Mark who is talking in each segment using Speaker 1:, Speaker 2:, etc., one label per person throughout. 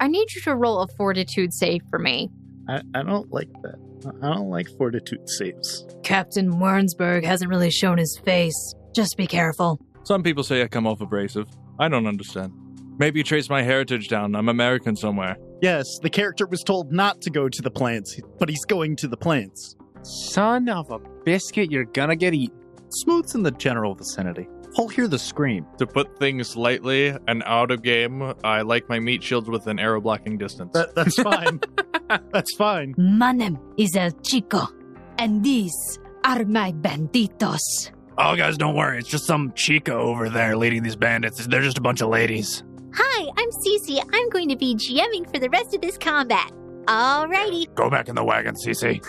Speaker 1: I need you to roll a fortitude save for me.
Speaker 2: I, I don't like that. I don't like fortitude saves.
Speaker 3: Captain Wernsberg hasn't really shown his face. Just be careful.
Speaker 4: Some people say I come off abrasive. I don't understand. Maybe you trace my heritage down. I'm American somewhere.
Speaker 2: Yes, the character was told not to go to the plants, but he's going to the plants.
Speaker 5: Son of a biscuit, you're gonna get eaten. Smooth's in the general vicinity. I'll hear the scream.
Speaker 6: To put things lightly and out of game, I like my meat shields with an arrow blocking distance.
Speaker 2: That, that's fine. Ah, that's fine.
Speaker 3: My name is El Chico, and these are my banditos.
Speaker 7: Oh, guys, don't worry. It's just some Chico over there leading these bandits. They're just a bunch of ladies.
Speaker 8: Hi, I'm Cece. I'm going to be GMing for the rest of this combat. Alrighty.
Speaker 7: Go back in the wagon, Cece.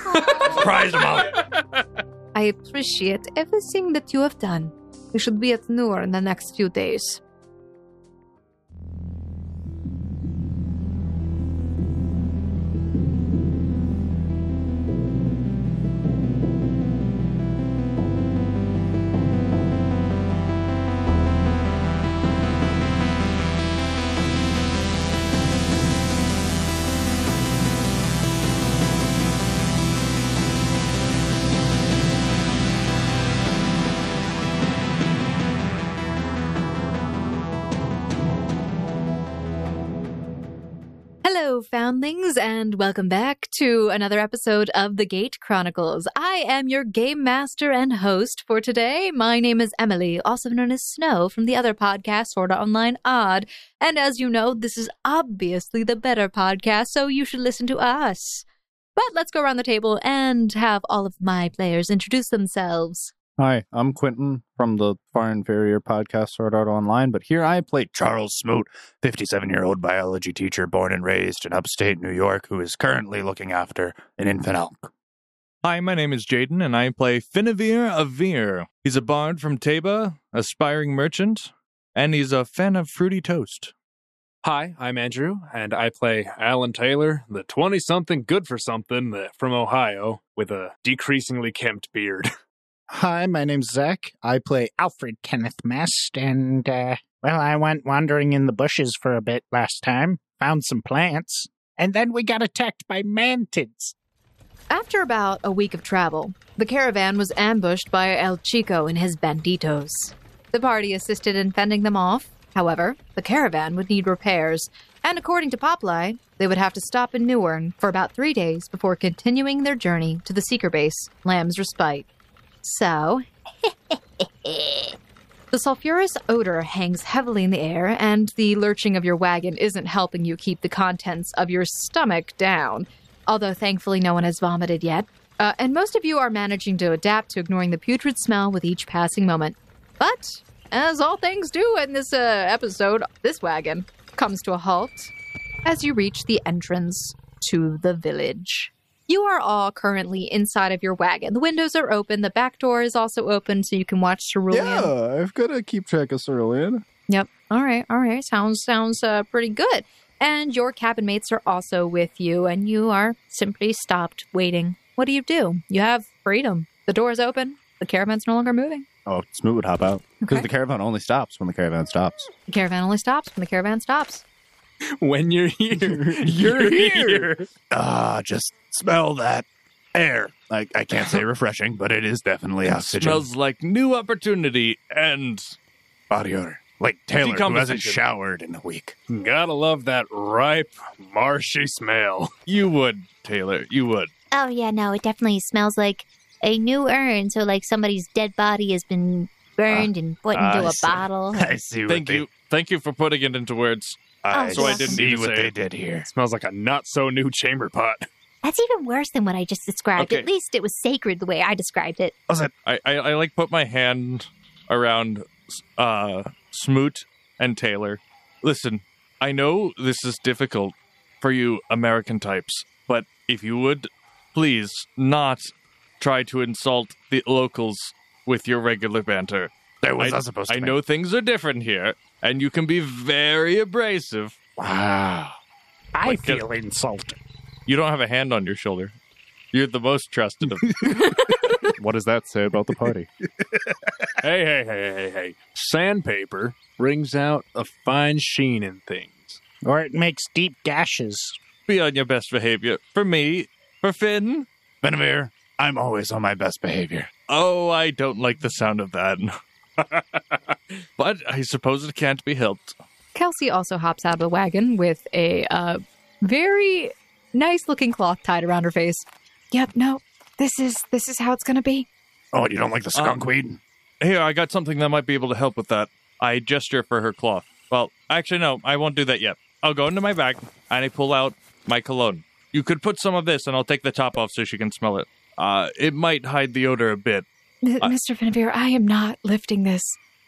Speaker 7: Surprise them all.
Speaker 9: I appreciate everything that you have done. We should be at Newer in the next few days. Hello, foundlings, and welcome back to another episode of The Gate Chronicles. I am your game master and host for today. My name is Emily, also known as Snow from the other podcast, Sorta Online Odd. And as you know, this is obviously the better podcast, so you should listen to us. But let's go around the table and have all of my players introduce themselves.
Speaker 5: Hi, I'm Quentin from the Far Inferior podcast, Sword Art Online, but here I play
Speaker 7: Charles Smoot, 57 year old biology teacher born and raised in upstate New York, who is currently looking after an infant elk.
Speaker 4: Hi, my name is Jaden, and I play Finavir Avir. He's a bard from Taba, aspiring merchant, and he's a fan of fruity toast.
Speaker 10: Hi, I'm Andrew, and I play Alan Taylor, the 20 something good for something uh, from Ohio with a decreasingly kempt beard.
Speaker 11: Hi, my name's Zach. I play Alfred Kenneth Mast, and, uh, well, I went wandering in the bushes for a bit last time, found some plants, and then we got attacked by mantids.
Speaker 9: After about a week of travel, the caravan was ambushed by El Chico and his banditos. The party assisted in fending them off. However, the caravan would need repairs, and according to Popeye, they would have to stop in Newern for about three days before continuing their journey to the seeker base, Lamb's Respite. So, the sulfurous odor hangs heavily in the air, and the lurching of your wagon isn't helping you keep the contents of your stomach down. Although thankfully no one has vomited yet. Uh, and most of you are managing to adapt to ignoring the putrid smell with each passing moment. But, as all things do in this uh, episode, this wagon comes to a halt as you reach the entrance to the village. You are all currently inside of your wagon. The windows are open. The back door is also open, so you can watch Cerulean.
Speaker 4: Yeah, I've got to keep track of Cerulean.
Speaker 9: Yep. All right. All right. Sounds sounds uh, pretty good. And your cabin mates are also with you, and you are simply stopped waiting. What do you do? You have freedom. The door is open. The caravan's no longer moving.
Speaker 5: Oh, Smoot would hop out because
Speaker 9: Okay.
Speaker 5: the caravan only stops when the caravan stops.
Speaker 9: The caravan only stops when the caravan stops.
Speaker 10: when you're here, you're here.
Speaker 7: Ah, just smell that air. I, I can't say refreshing, but it is definitely oxygen.
Speaker 4: Smells like new opportunity and
Speaker 7: body odor. Like Taylor, who hasn't
Speaker 4: Decomposition.
Speaker 7: showered in a week.
Speaker 10: Gotta love that ripe, marshy smell.
Speaker 4: you would, Taylor. You would.
Speaker 8: Oh, yeah, no, it definitely smells like a new urn. So, like, somebody's dead body has been burned and put into
Speaker 7: Ah, I
Speaker 8: a
Speaker 7: see.
Speaker 8: bottle.
Speaker 7: I see what
Speaker 4: Thank
Speaker 7: they,
Speaker 4: you. Thank you for putting it into words.
Speaker 7: I
Speaker 8: Oh,
Speaker 7: so I didn't see
Speaker 4: even
Speaker 7: what
Speaker 4: say
Speaker 7: they
Speaker 4: it.
Speaker 7: did here.
Speaker 10: Smells like a not so new chamber pot.
Speaker 8: That's even worse than what I just described.
Speaker 4: Okay.
Speaker 8: At least it was sacred the way I described it.
Speaker 7: Was it?
Speaker 4: I, I, I like put my hand around uh, Smoot and Taylor. Listen, I know this is difficult for you American types, but if you would please not try to insult the locals with your regular banter.
Speaker 7: There was
Speaker 4: I,
Speaker 7: not supposed to
Speaker 4: I
Speaker 7: be.
Speaker 4: know things are different here, and you can be very abrasive.
Speaker 7: Wow.
Speaker 11: I
Speaker 4: Like, get-
Speaker 11: feel insulted.
Speaker 4: You don't have a hand on your shoulder. You're the most trusted of
Speaker 5: What does that say about the party?
Speaker 10: hey, hey, hey, hey, hey. Sandpaper brings out a fine sheen in things.
Speaker 11: Or it makes deep gashes.
Speaker 4: Be on your best behavior. For me, for Finn.
Speaker 7: Benamir, I'm always on my best behavior.
Speaker 4: Oh, I don't like the sound of that. but I suppose it can't be helped.
Speaker 12: Kelsey also hops out of the wagon with a uh, very nice looking cloth tied around her face. Yep, no, this is this is how it's gonna be.
Speaker 7: Oh, you don't like the skunk weed?
Speaker 4: Um, Here, I got something that might be able to help with that. I gesture for her cloth. Well, actually, no, I won't do that yet. I'll go into my bag and I pull out my cologne. You could put some of this, and I'll take the top off so she can smell it. Uh, it might hide the odor a bit.
Speaker 12: M-
Speaker 4: I-
Speaker 12: Mr. Vanavere, I am not lifting this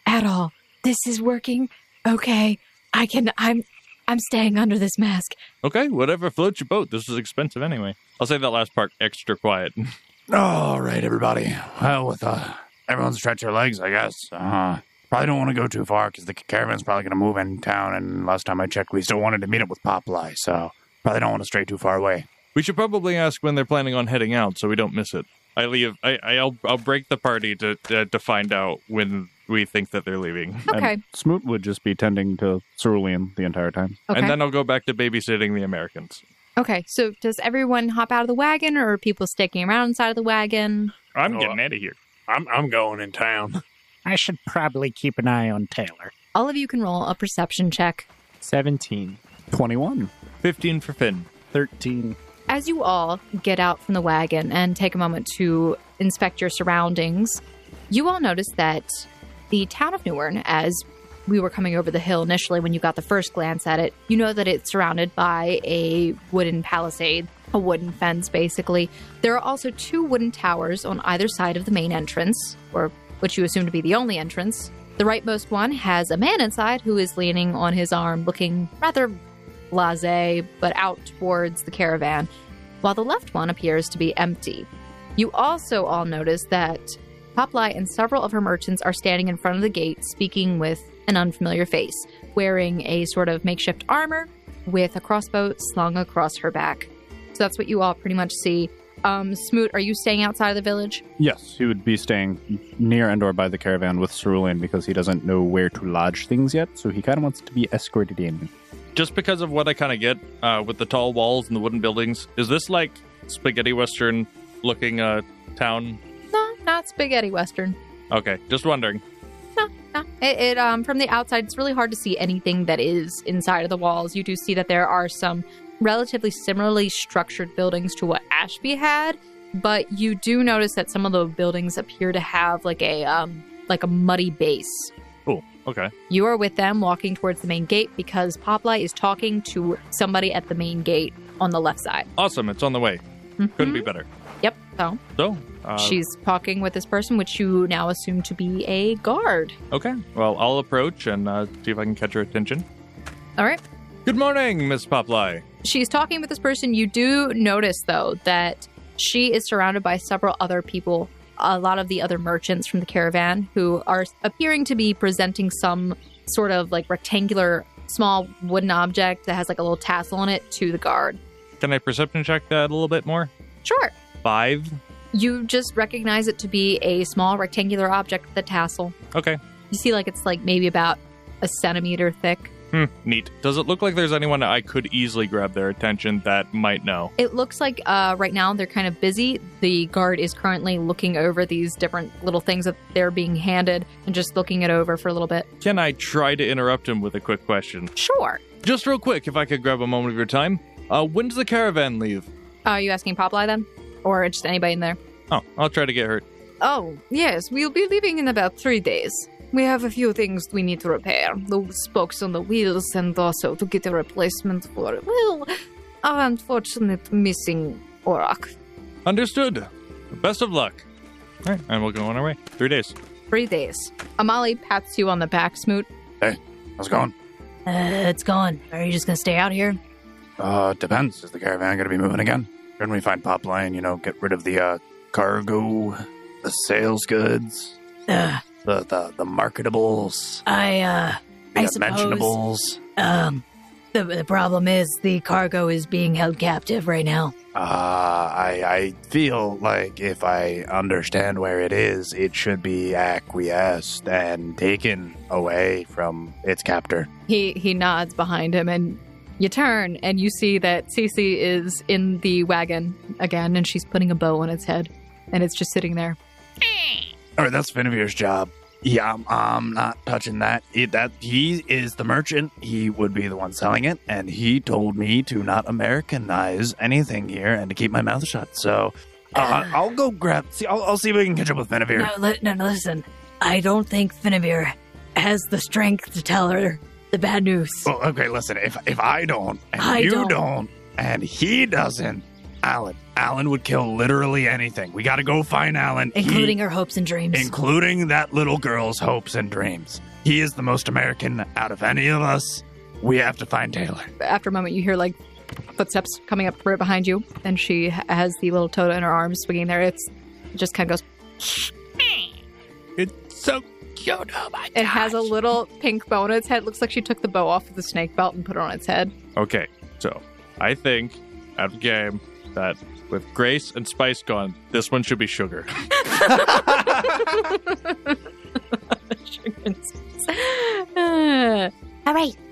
Speaker 12: at all. This is working. Okay, I can. I'm. I'm staying under this mask.
Speaker 4: Okay, whatever floats your boat. This is expensive anyway. I'll say that last part extra quiet.
Speaker 7: All right, everybody. Well, with uh, everyone stretch their legs, I guess. Uh, probably don't want to go too far because the caravan's probably going to move in town. And last time I checked, we still wanted to meet up with Popeye, so probably don't want to stray too far away.
Speaker 4: We should probably ask when they're planning on heading out so we don't miss it. I leave. I, I I'll I'll break the party to to, to find out when we think that they're leaving.
Speaker 12: Okay.
Speaker 4: And,
Speaker 13: Smoot would just be tending to Cerulean the entire time.
Speaker 12: Okay.
Speaker 4: and then I'll go back to babysitting the Americans.
Speaker 9: Okay, so does everyone hop out of the wagon or are people sticking around inside of the wagon?
Speaker 10: I'm
Speaker 4: getting out of here.
Speaker 10: I'm I'm going in town.
Speaker 11: I should probably keep an eye on Taylor.
Speaker 9: All of you can roll a perception check.
Speaker 13: 17. 21.
Speaker 4: 15 for Finn.
Speaker 5: 13.
Speaker 9: As you all get out from the wagon and take a moment to inspect your surroundings, you all notice that the town of Newern, as we were coming over the hill initially when you got the first glance at it, you know that it's surrounded by a wooden palisade, a wooden fence, basically. There are also two wooden towers on either side of the main entrance, or which you assume to be the only entrance. The rightmost one has a man inside who is leaning on his arm, looking rather blase, but out towards the caravan, while the left one appears to be empty. You also all notice that Popeye and several of her merchants are standing in front of the gate speaking with an unfamiliar face, wearing a sort of makeshift armor with a crossbow slung across her back. So that's what you all pretty much see. Um, Smoot, are you staying outside of the village?
Speaker 13: Yes, he would be staying near and or by the caravan with Cerulean because he doesn't know where to lodge things yet, so he kind of wants to be escorted in.
Speaker 4: Just because of what I kind of get uh, with the tall walls and the wooden buildings, is this like spaghetti western looking uh, town?
Speaker 9: No, not spaghetti western.
Speaker 4: Okay, just wondering.
Speaker 9: It, it um from the outside, it's really hard to see anything that is inside of the walls. You do see that there are some relatively similarly structured buildings to what Ashby had, but you do notice that some of the buildings appear to have like a um like a muddy base.
Speaker 4: Cool. Okay.
Speaker 9: You are with them walking towards the main gate because Popeye is talking to somebody at the main gate on the left side.
Speaker 4: Awesome. It's on the way. Couldn't
Speaker 12: Mm-hmm.
Speaker 4: be better.
Speaker 9: Yep. So
Speaker 4: So uh,
Speaker 9: she's talking with this person, which you now assume to be a guard.
Speaker 4: okay. Well, I'll approach and uh, see if I can catch her attention.
Speaker 9: All right.
Speaker 4: Good morning, Miss Popeye.
Speaker 9: she's talking with this person. You do notice, though, that she is surrounded by several other people, a lot of the other merchants from the caravan who are appearing to be presenting some sort of like rectangular, small wooden object that has like a little tassel on it to the guard.
Speaker 4: Can I perception check that a little bit more?
Speaker 9: Sure.
Speaker 4: Five.
Speaker 9: You just recognize it to be a small rectangular object with a tassel.
Speaker 4: Okay.
Speaker 9: You see, like, it's like maybe about a centimeter thick.
Speaker 4: Hmm, neat. Does it look like there's anyone I could easily grab their attention that might know?
Speaker 9: It looks like uh, right now they're kind of busy. The guard is currently looking over these different little things that they're being handed and just looking it over for a little bit.
Speaker 4: Can I try to interrupt him with a quick question?
Speaker 9: Sure.
Speaker 4: Just real quick, if I could grab a moment of your time. Uh, when does the caravan leave?
Speaker 9: Are you asking Popeye then? Or just anybody in there?
Speaker 4: Oh, I'll try to get hurt.
Speaker 12: Oh yes, we'll be leaving in about three days. We have a few things we need to repair: the spokes on the wheels, and also to get a replacement for well, our unfortunate missing Orak.
Speaker 4: Understood. Best of luck. All right, and we'll go on our way. Three days.
Speaker 9: Three days. Amali pats you on the back, Smoot.
Speaker 7: Hey, how's it going?
Speaker 14: Uh, it's gone. Are you just gonna stay out here?
Speaker 7: Uh, depends. Is the caravan going to be moving again? Can we find Popeye and, you know, get rid of the uh, cargo, the sales goods,
Speaker 14: Ugh.
Speaker 7: the, the, the marketables,
Speaker 14: I uh,
Speaker 7: the
Speaker 14: I suppose.
Speaker 7: unmentionables?
Speaker 14: Um, the, the problem is the cargo is being held captive right now.
Speaker 7: Uh, I, I feel like if I understand where it is, it should be acquiesced and taken away from its captor.
Speaker 12: He he nods behind him, and You turn and you see that Cece is in the wagon again, and she's putting a bow on its head, and it's just sitting there.
Speaker 7: All right, that's Finivir's job. Yeah, I'm, I'm not touching that. It, that he is the merchant. He would be the one selling it, and he told me to not Americanize anything here and to keep my mouth shut. So uh, I'll go grab. See, I'll, I'll see if I can catch up with Finivir.
Speaker 3: No, li- no, no, listen. I don't think Finnevere has the strength to tell her the bad news.
Speaker 7: Well, Oh, okay, listen. If if I don't, and
Speaker 3: I
Speaker 7: you
Speaker 3: don't.
Speaker 7: don't. and he doesn't, Alan, Alan would kill literally anything. We got to go find Alan, He-
Speaker 3: Including her hopes and dreams.
Speaker 7: including that little girl's hopes and dreams. He is the most American out of any of us. We have to find Taylor.
Speaker 12: After a moment, you hear like footsteps coming up right behind you, and she ha- has the little Tota in her arms swinging there. It's it just kind of goes.
Speaker 4: It's so cute. Oh my
Speaker 12: It has a little pink bow on its head. Looks like she took the bow off of the snake belt and put it on its head.
Speaker 4: Okay, so I think out of game that with Grace and Spice gone, this one should be Sugar.
Speaker 8: All right,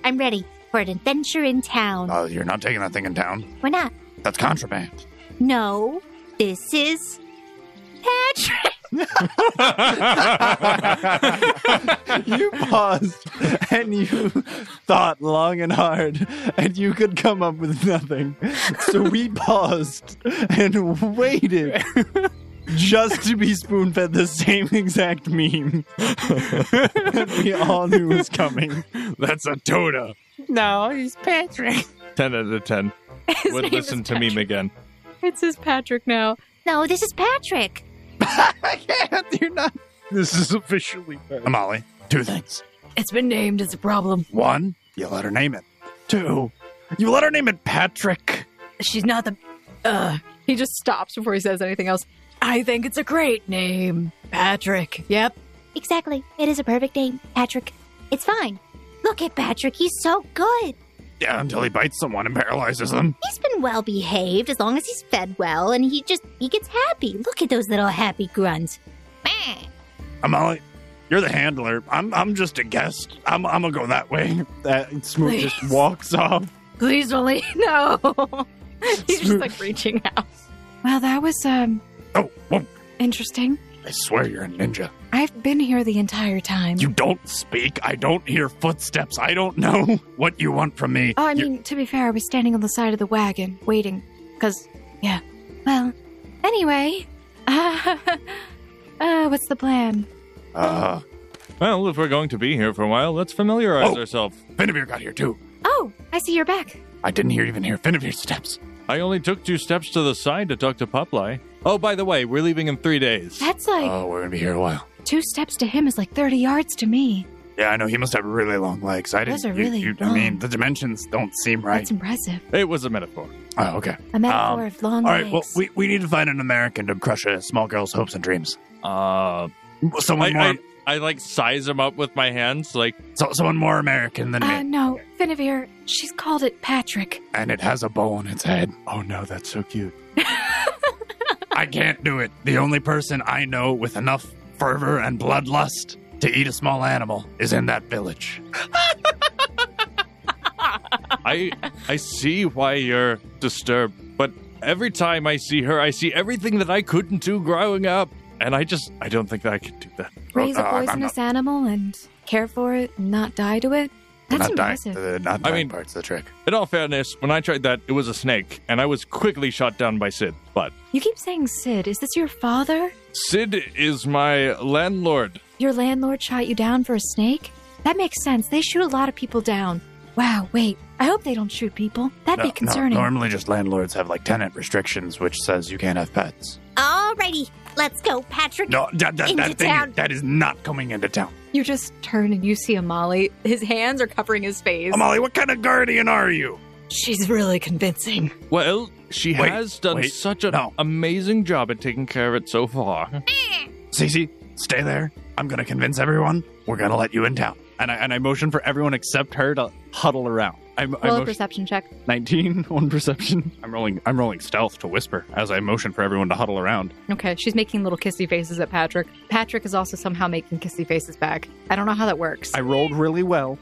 Speaker 8: I'm ready for an adventure in town.
Speaker 7: Oh, you're not taking that thing in town.
Speaker 8: Why not?
Speaker 7: That's contraband.
Speaker 8: No, this is Patrick.
Speaker 13: you paused and you thought long and hard, and you could come up with nothing. So we paused and waited just to be spoon fed the same exact meme that we all knew was coming.
Speaker 4: That's a Tota.
Speaker 11: No, he's Patrick.
Speaker 4: 10 out of 10. Would listen to meme again.
Speaker 12: It says Patrick now.
Speaker 8: No, this is Patrick.
Speaker 5: This is officially bad.
Speaker 7: Molly, two things.
Speaker 3: It's been named. It's a
Speaker 12: Um,
Speaker 3: problem.
Speaker 7: One, you let her name it. Two, you let her name it Patrick.
Speaker 3: She's not the. Uh,
Speaker 12: He just stops before he says anything else.
Speaker 3: I think it's a great name, Patrick. Yep.
Speaker 8: Exactly. It is a perfect name, Patrick. It's fine. Look at Patrick. He's so good.
Speaker 7: Yeah, until he bites someone and paralyzes them.
Speaker 8: He's been well behaved as long as he's fed well and he just he gets happy. Look at those little happy grunts.
Speaker 7: Uh, Molly, you're the handler. I'm, I'm just a guest. I'm, I'm gonna go that way.
Speaker 13: That Smoot just walks off.
Speaker 3: Please don't leave. No.
Speaker 12: He's just like reaching out. Well, that was um
Speaker 7: Oh, whoa.
Speaker 12: interesting.
Speaker 7: I swear you're a ninja.
Speaker 12: I've been here the entire time.
Speaker 7: You don't speak. I don't hear footsteps. I don't know what you want from me.
Speaker 12: Oh, I
Speaker 7: You-
Speaker 12: mean, to be fair, I was standing on the side of the wagon, waiting. Because, yeah. Well, anyway. Uh, uh, what's the plan?
Speaker 7: Uh,
Speaker 4: Well, if we're going to be here for a while, let's familiarize
Speaker 7: Oh.
Speaker 4: ourselves.
Speaker 7: Benavir got here too.
Speaker 12: Oh, I see you're back.
Speaker 7: I didn't hear even hear Finivir's steps.
Speaker 4: I only took two steps to the side to talk to Popeye. Oh, by the way, we're leaving in three days.
Speaker 12: That's like
Speaker 7: Oh, we're gonna be here a while.
Speaker 12: two steps to him is like 30 yards to me.
Speaker 7: Yeah, I know he must have really long legs. I didn't.
Speaker 12: Those are
Speaker 7: you-
Speaker 12: really
Speaker 7: you- I
Speaker 12: long.
Speaker 7: mean, the dimensions don't seem right.
Speaker 12: That's impressive.
Speaker 4: It was a metaphor.
Speaker 7: Oh, okay.
Speaker 12: A metaphor
Speaker 7: Um,
Speaker 12: of long
Speaker 7: All right. Well,
Speaker 12: legs.
Speaker 7: we, we need to find an American to crush a small girl's hopes and dreams.
Speaker 4: Uh, I,
Speaker 7: Someone more.
Speaker 4: I, I like size him up with my hands. Like,
Speaker 7: so, someone more American than
Speaker 12: uh,
Speaker 7: me,
Speaker 12: no, Finevere, she's called it Patrick.
Speaker 7: and it has a bow on its head.
Speaker 13: Oh no, that's so cute.
Speaker 7: I can't do it. The only person I know with enough fervor and bloodlust to eat a small animal is in that village.
Speaker 4: I I see why you're disturbed, but every time I see her, I see everything that I couldn't do growing up, and I just I don't think that I could do that.
Speaker 7: Raise a Uh, I'm poisonous
Speaker 12: animal and care for it and not die to it.
Speaker 7: not dying. The not
Speaker 4: I
Speaker 7: dying
Speaker 4: mean-
Speaker 7: part's the trick.
Speaker 4: In all fairness, when I tried that, it was a snake, and I was quickly shot down by Sid. But
Speaker 12: You keep saying Sid. Is this your father?
Speaker 4: Sid is my landlord.
Speaker 12: Your landlord shot you down for a snake? That makes sense. They shoot a lot of people down. Wow, wait. I hope they don't shoot people. That'd
Speaker 7: No,
Speaker 12: be concerning.
Speaker 7: No, normally, just landlords have like tenant restrictions, which says you can't have pets.
Speaker 8: Alrighty, let's go, Patrick.
Speaker 7: No, that, that,
Speaker 8: Into
Speaker 7: that thing
Speaker 8: town.
Speaker 7: that is not coming into town.
Speaker 12: You just turn and you see Amali. His hands are covering his face.
Speaker 7: Amali, what kind of guardian are you?
Speaker 3: She's really convincing.
Speaker 4: Well, she
Speaker 7: Wait,
Speaker 4: has done
Speaker 7: wait,
Speaker 4: such an
Speaker 7: no.
Speaker 4: amazing job at taking care of it so far.
Speaker 7: Cece, stay there. I'm gonna convince everyone. We're gonna let you in town.
Speaker 13: And I and I motion for everyone except her to huddle around. I'm, I
Speaker 9: Roll a
Speaker 13: motion-
Speaker 9: perception check.
Speaker 13: 19 on perception. I'm rolling I'm rolling stealth to whisper as I motion for everyone to huddle around.
Speaker 9: Okay, she's making little kissy faces at Patrick. Patrick is also somehow making kissy faces back. I don't know how that works.
Speaker 13: I rolled really well.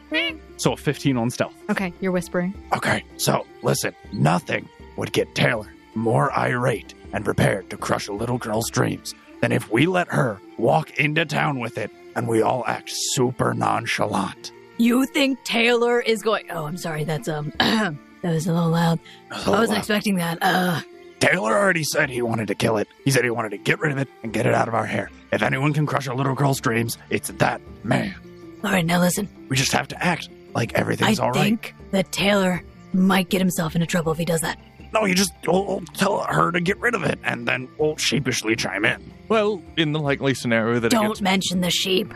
Speaker 10: So a 15 on stealth.
Speaker 9: Okay, you're whispering.
Speaker 7: Okay, so listen, nothing would get Taylor more irate and prepared to crush a little girl's dreams than if we let her walk into town with it and we all act super nonchalant.
Speaker 3: You think Taylor is going? Oh, I'm sorry. That's um, that was a little loud.
Speaker 7: a little
Speaker 3: I wasn't
Speaker 7: loud.
Speaker 3: expecting that. Uh,
Speaker 7: Taylor already said he wanted to kill it. He said he wanted to get rid of it and get it out of our hair. If anyone can crush a little girl's dreams, it's that man.
Speaker 3: all right, now listen.
Speaker 7: We just have to act like everything's
Speaker 3: I
Speaker 7: all right.
Speaker 3: think that Taylor might get himself into trouble if he does that.
Speaker 7: No, you just we'll, we'll tell her to get rid of it, and then we'll sheepishly chime in.
Speaker 4: Well, in the likely scenario that
Speaker 3: Don't
Speaker 4: it gets
Speaker 3: mention the sheep.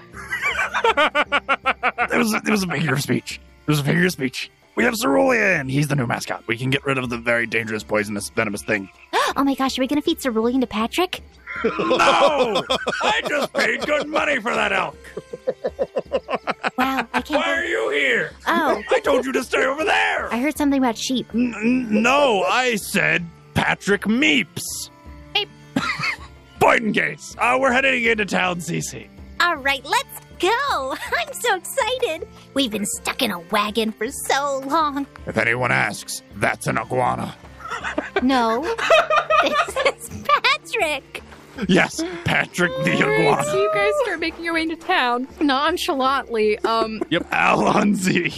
Speaker 7: It was, it was a figure of speech. It was a figure of speech. We have Cerulean. He's the new mascot. We can get rid of the very dangerous, poisonous, venomous thing.
Speaker 8: Oh my gosh, are we going to feed Cerulean to Patrick?
Speaker 7: no! I just paid good money for that elk.
Speaker 8: Wow, I can't.
Speaker 7: Why are you here?
Speaker 8: Oh.
Speaker 7: I told you to stay over there.
Speaker 8: I heard something about sheep.
Speaker 7: No, I said Patrick Meeps. Boyden Gates. Uh, we're heading into town, CC.
Speaker 8: All right, let's go. I'm so excited. We've been stuck in a wagon for so long.
Speaker 7: If anyone asks, that's an iguana.
Speaker 8: No, this is Patrick.
Speaker 7: Yes, Patrick the
Speaker 9: Alright, so
Speaker 7: iguana.
Speaker 9: you guys start making your way into town nonchalantly. Um,
Speaker 7: Yep. Alonzi.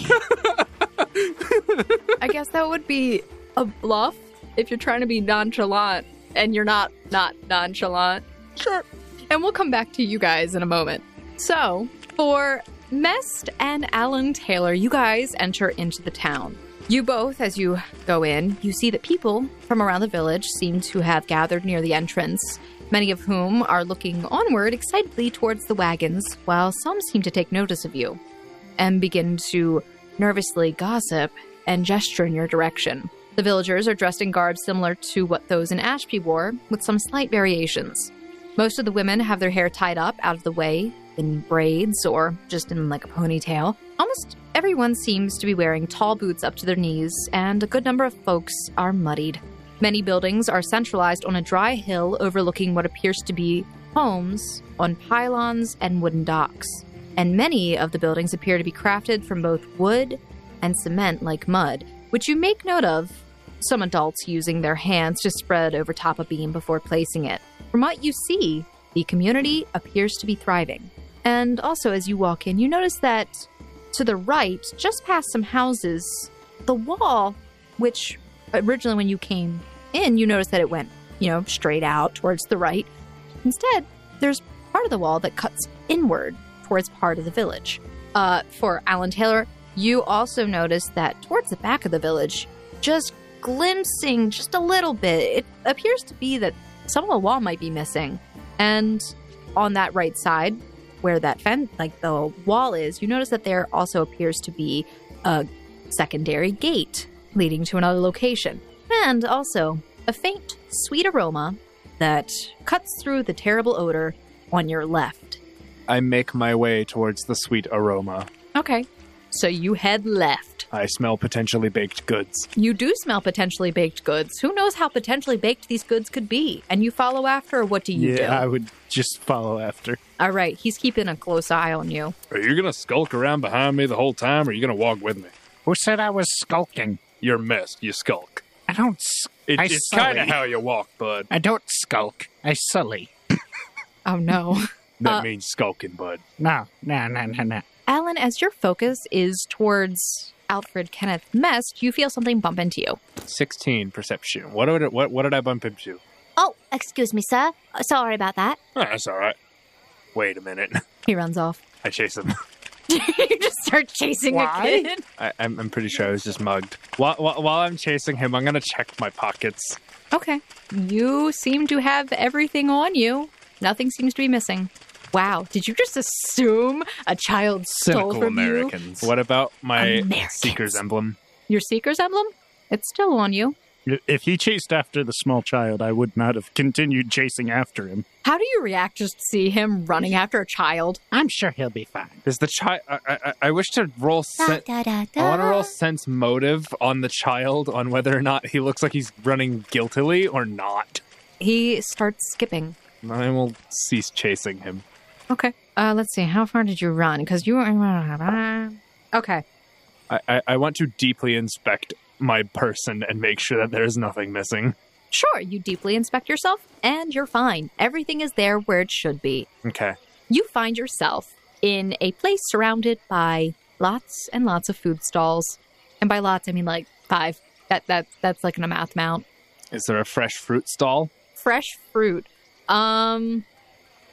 Speaker 9: I guess that would be a bluff if you're trying to be nonchalant and you're not not nonchalant. Sure. And we'll come back to you guys in a moment. So, for Mest and Alan Taylor, you guys enter into the town. You both, as you go in, you see that people from around the village seem to have gathered near the entrance, many of whom are looking onward excitedly towards the wagons, while some seem to take notice of you and begin to nervously gossip and gesture in your direction. The villagers are dressed in garb similar to what those in Ashby wore, with some slight variations. Most of the women have their hair tied up out of the way in braids or just in like a ponytail. Almost everyone seems to be wearing tall boots up to their knees, and a good number of folks are muddied. Many buildings are centralized on a dry hill overlooking what appears to be homes on pylons and wooden docks and many of the buildings appear to be crafted from both wood and cement like mud, which you make note of some adults using their hands to spread over top a beam before placing it. From what you see, the community appears to be thriving. And also, as you walk in, you notice that to the right, just past some houses, the wall, which originally when you came in, you noticed that it went, you know, straight out towards the right. Instead, there's part of the wall that cuts inward towards part of the village. Uh, for Alan Taylor, you also notice that towards the back of the village, just glimpsing just a little bit, it appears to be that some of the wall might be missing. And on that right side, where that fence, like the wall is, you notice that there also appears to be a secondary gate leading to another location. And also a faint, sweet aroma that cuts through the terrible odor on your left.
Speaker 10: I make my way towards the sweet aroma.
Speaker 9: Okay. So you head left.
Speaker 10: I smell potentially baked goods.
Speaker 9: You do smell potentially baked goods. Who knows how potentially baked these goods could be? And you follow after, or what do you
Speaker 10: Yeah,
Speaker 9: do?
Speaker 10: I
Speaker 15: would just follow after.
Speaker 9: All right, he's keeping a close eye on you.
Speaker 10: Are you gonna skulk around behind me the whole time, or are you gonna walk with me?
Speaker 11: Who said I was skulking?
Speaker 10: You're missed. You skulk.
Speaker 11: I don't. s
Speaker 10: It,
Speaker 11: I
Speaker 10: it's
Speaker 11: sully.
Speaker 10: kind of how you walk, bud.
Speaker 11: I don't skulk. I sully.
Speaker 9: Oh no.
Speaker 11: Uh,
Speaker 10: That means skulking, bud.
Speaker 11: No, no, no, no, no.
Speaker 9: Alan, as your focus is towards Alfred Kenneth Mest, you feel something bump into you.
Speaker 10: Sixteen perception. What did what what did I bump into?
Speaker 8: Oh, excuse me, sir. Uh, Sorry about that.
Speaker 10: Oh, that's all right. Wait a minute.
Speaker 9: He runs off.
Speaker 10: I chase him.
Speaker 9: you just start chasing a kid.
Speaker 10: I, I'm, I'm pretty sure I was just mugged. While, while, while I'm chasing him, I'm gonna check my pockets.
Speaker 9: Okay. You seem to have everything on you. Nothing seems to be missing. Wow. Did you just assume a child stole from you?
Speaker 10: What about my seeker's emblem?
Speaker 9: Your seeker's emblem? It's still on you.
Speaker 5: If he chased after the small child, I would not have continued chasing after him.
Speaker 9: How do you react just to see him running after a child?
Speaker 11: I'm sure he'll be fine.
Speaker 10: Does the child? I, I, I wish to roll. Sen-
Speaker 8: Da, da,
Speaker 10: I
Speaker 11: Oh,
Speaker 8: da.
Speaker 10: want to roll sense motive on the child on whether or not he looks like he's running guiltily or not.
Speaker 9: He starts skipping.
Speaker 10: I will cease chasing him.
Speaker 9: Okay. Uh, let's see. How far did you run? Because you were. Okay.
Speaker 10: I, I, I want to deeply inspect my person and make sure that there is nothing missing.
Speaker 9: Sure, you deeply inspect yourself and you're fine. Everything is there where it should be.
Speaker 10: Okay.
Speaker 9: You find yourself in a place surrounded by lots and lots of food stalls. And by lots I mean like five. That that that's like in a math mount.
Speaker 10: Is there a fresh fruit stall?
Speaker 9: Fresh fruit. Um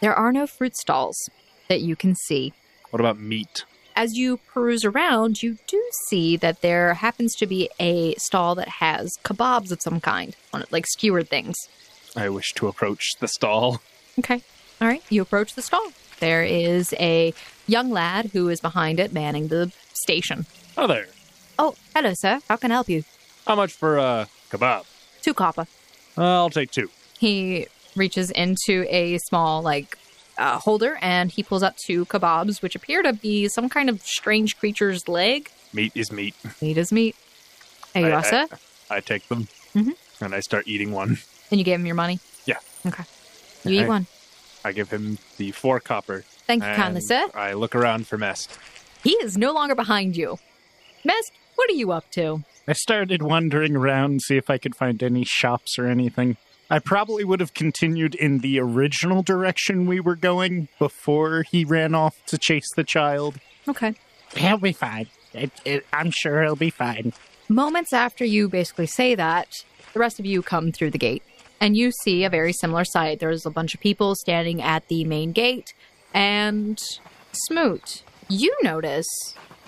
Speaker 9: there are no fruit stalls that you can see.
Speaker 10: What about meat?
Speaker 9: As you peruse around, you do see that there happens to be a stall that has kebabs of some kind on it, like skewered things.
Speaker 10: I wish to approach the stall.
Speaker 9: Okay. All right. You approach the stall. There is a young lad who is behind it manning the station.
Speaker 10: Hello there.
Speaker 9: Oh, hello, sir. How can I help you?
Speaker 10: How much for a kebab?
Speaker 9: Two copper.
Speaker 10: Uh, I'll take two.
Speaker 9: He reaches into a small, like, uh, holder and he pulls out two kebabs, which appear to be some kind of strange creature's leg.
Speaker 10: Meat is meat.
Speaker 9: Meat is meat. Hey, you
Speaker 10: I,
Speaker 9: are, sir?
Speaker 10: I, I take them
Speaker 9: hmm
Speaker 10: and I start eating one.
Speaker 9: And you gave him your money?
Speaker 10: Yeah.
Speaker 9: Okay. You eat
Speaker 10: I-
Speaker 9: one.
Speaker 10: I give him the four copper.
Speaker 9: Thank you kindly,
Speaker 10: and
Speaker 9: sir.
Speaker 10: I look around for mess.
Speaker 9: He is no longer behind you. Mest, what are you up to?
Speaker 5: I started wandering around, see if I could find any shops or anything. I probably would have continued in the original direction we were going before he ran off to chase the child.
Speaker 9: Okay.
Speaker 11: He'll be fine. It, it, I'm sure he'll be fine.
Speaker 9: Moments after you basically say that, the rest of you come through the gate and you see a very similar sight. There's a bunch of people standing at the main gate. And Smoot, you notice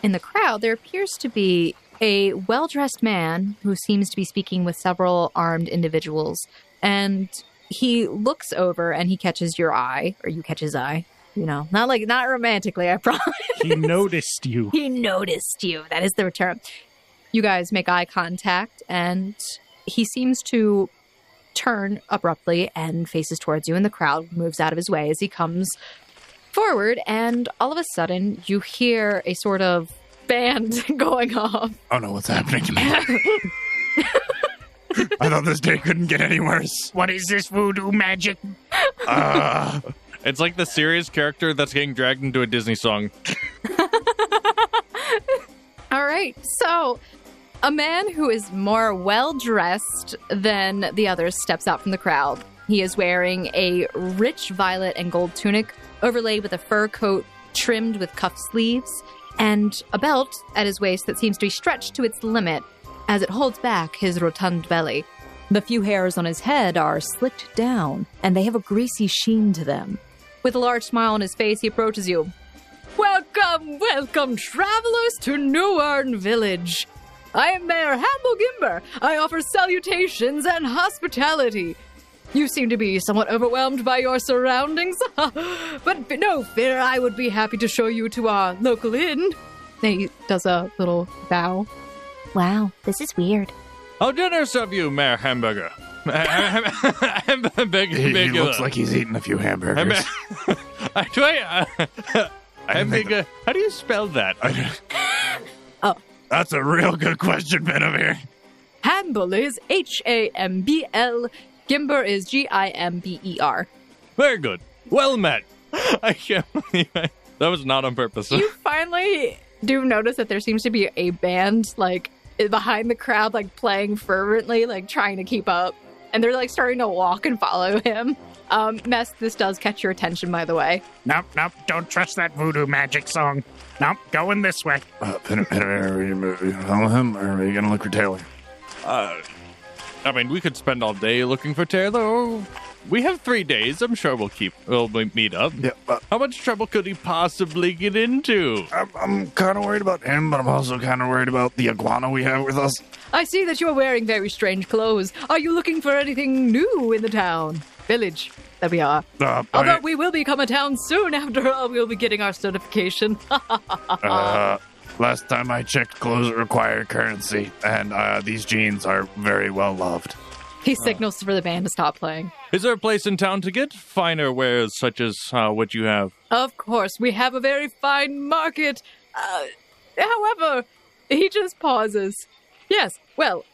Speaker 9: in the crowd there appears to be a well dressed man who seems to be speaking with several armed individuals. And he looks over and he catches your eye, or you catch his eye. You know, not like, not romantically, I promise.
Speaker 5: He noticed you.
Speaker 9: He noticed you. That is the term. You guys make eye contact, and he seems to turn abruptly and faces towards you, and the crowd moves out of his way as he comes forward. And all of a sudden, you hear a sort of band going off.
Speaker 7: Oh no, what's happening to me? I thought this day couldn't get any worse.
Speaker 11: What is this voodoo magic?
Speaker 7: Ah.
Speaker 4: It's like the serious character that's getting dragged into a Disney song.
Speaker 9: All right. So, a man who is more well dressed than the others steps out from the crowd. He is wearing a rich violet and gold tunic overlaid with a fur coat trimmed with cuffed sleeves and a belt at his waist that seems to be stretched to its limit as it holds back his rotund belly. The few hairs on his head are slicked down and they have a greasy sheen to them. With a large smile on his face, he approaches you. Welcome, welcome, travelers to New Arn Village. I am Mayor Hannibal Gimber. I offer salutations and hospitality. You seem to be somewhat overwhelmed by your surroundings, but b- no fear, I would be happy to show you to our local inn. And He does a little bow.
Speaker 8: Wow, this is weird.
Speaker 4: How generous of you, Mayor Hamburger. Hamburger.
Speaker 7: He, he looks like he's eaten a few hamburgers.
Speaker 4: I try. Hamburger. How do you spell that?
Speaker 7: That's a real good question, Benavir.
Speaker 9: Hannibal is H A M B L, Gimber is G I M B E R.
Speaker 4: Very good. Well met. I can't believe I, that was not on purpose.
Speaker 9: you finally do notice that there seems to be a band like behind the crowd like playing fervently like trying to keep up and they're like starting to walk and follow him um mess this does catch your attention by the way
Speaker 11: Nope, nope. Don't trust that voodoo magic song. Nope, going this way.
Speaker 7: Uh, Ben- Benavir, are you moving on him or are you going to look for Taylor?
Speaker 4: Uh, I mean, we could spend all day looking for Taylor. Or we have three days. I'm sure we'll keep. We'll meet up.
Speaker 7: Yeah, uh, but
Speaker 4: How much trouble could he possibly get into?
Speaker 7: I'm, I'm kind of worried about him, but I'm also kind of worried about the iguana we have with us. Uh,
Speaker 9: i see that you are wearing very strange clothes are you looking for anything new in the town village there we are
Speaker 7: Uh,
Speaker 9: although
Speaker 7: I-
Speaker 9: we will become a town soon after all we'll be getting our certification
Speaker 7: Uh, last time I checked, clothes require currency, and uh, these jeans are very well loved.
Speaker 9: he signals for the band to stop playing
Speaker 4: Is there a place in town to get finer wares such as uh, what you have?
Speaker 9: Of course, we have a very fine market. Uh, however, he just pauses. Yes, well,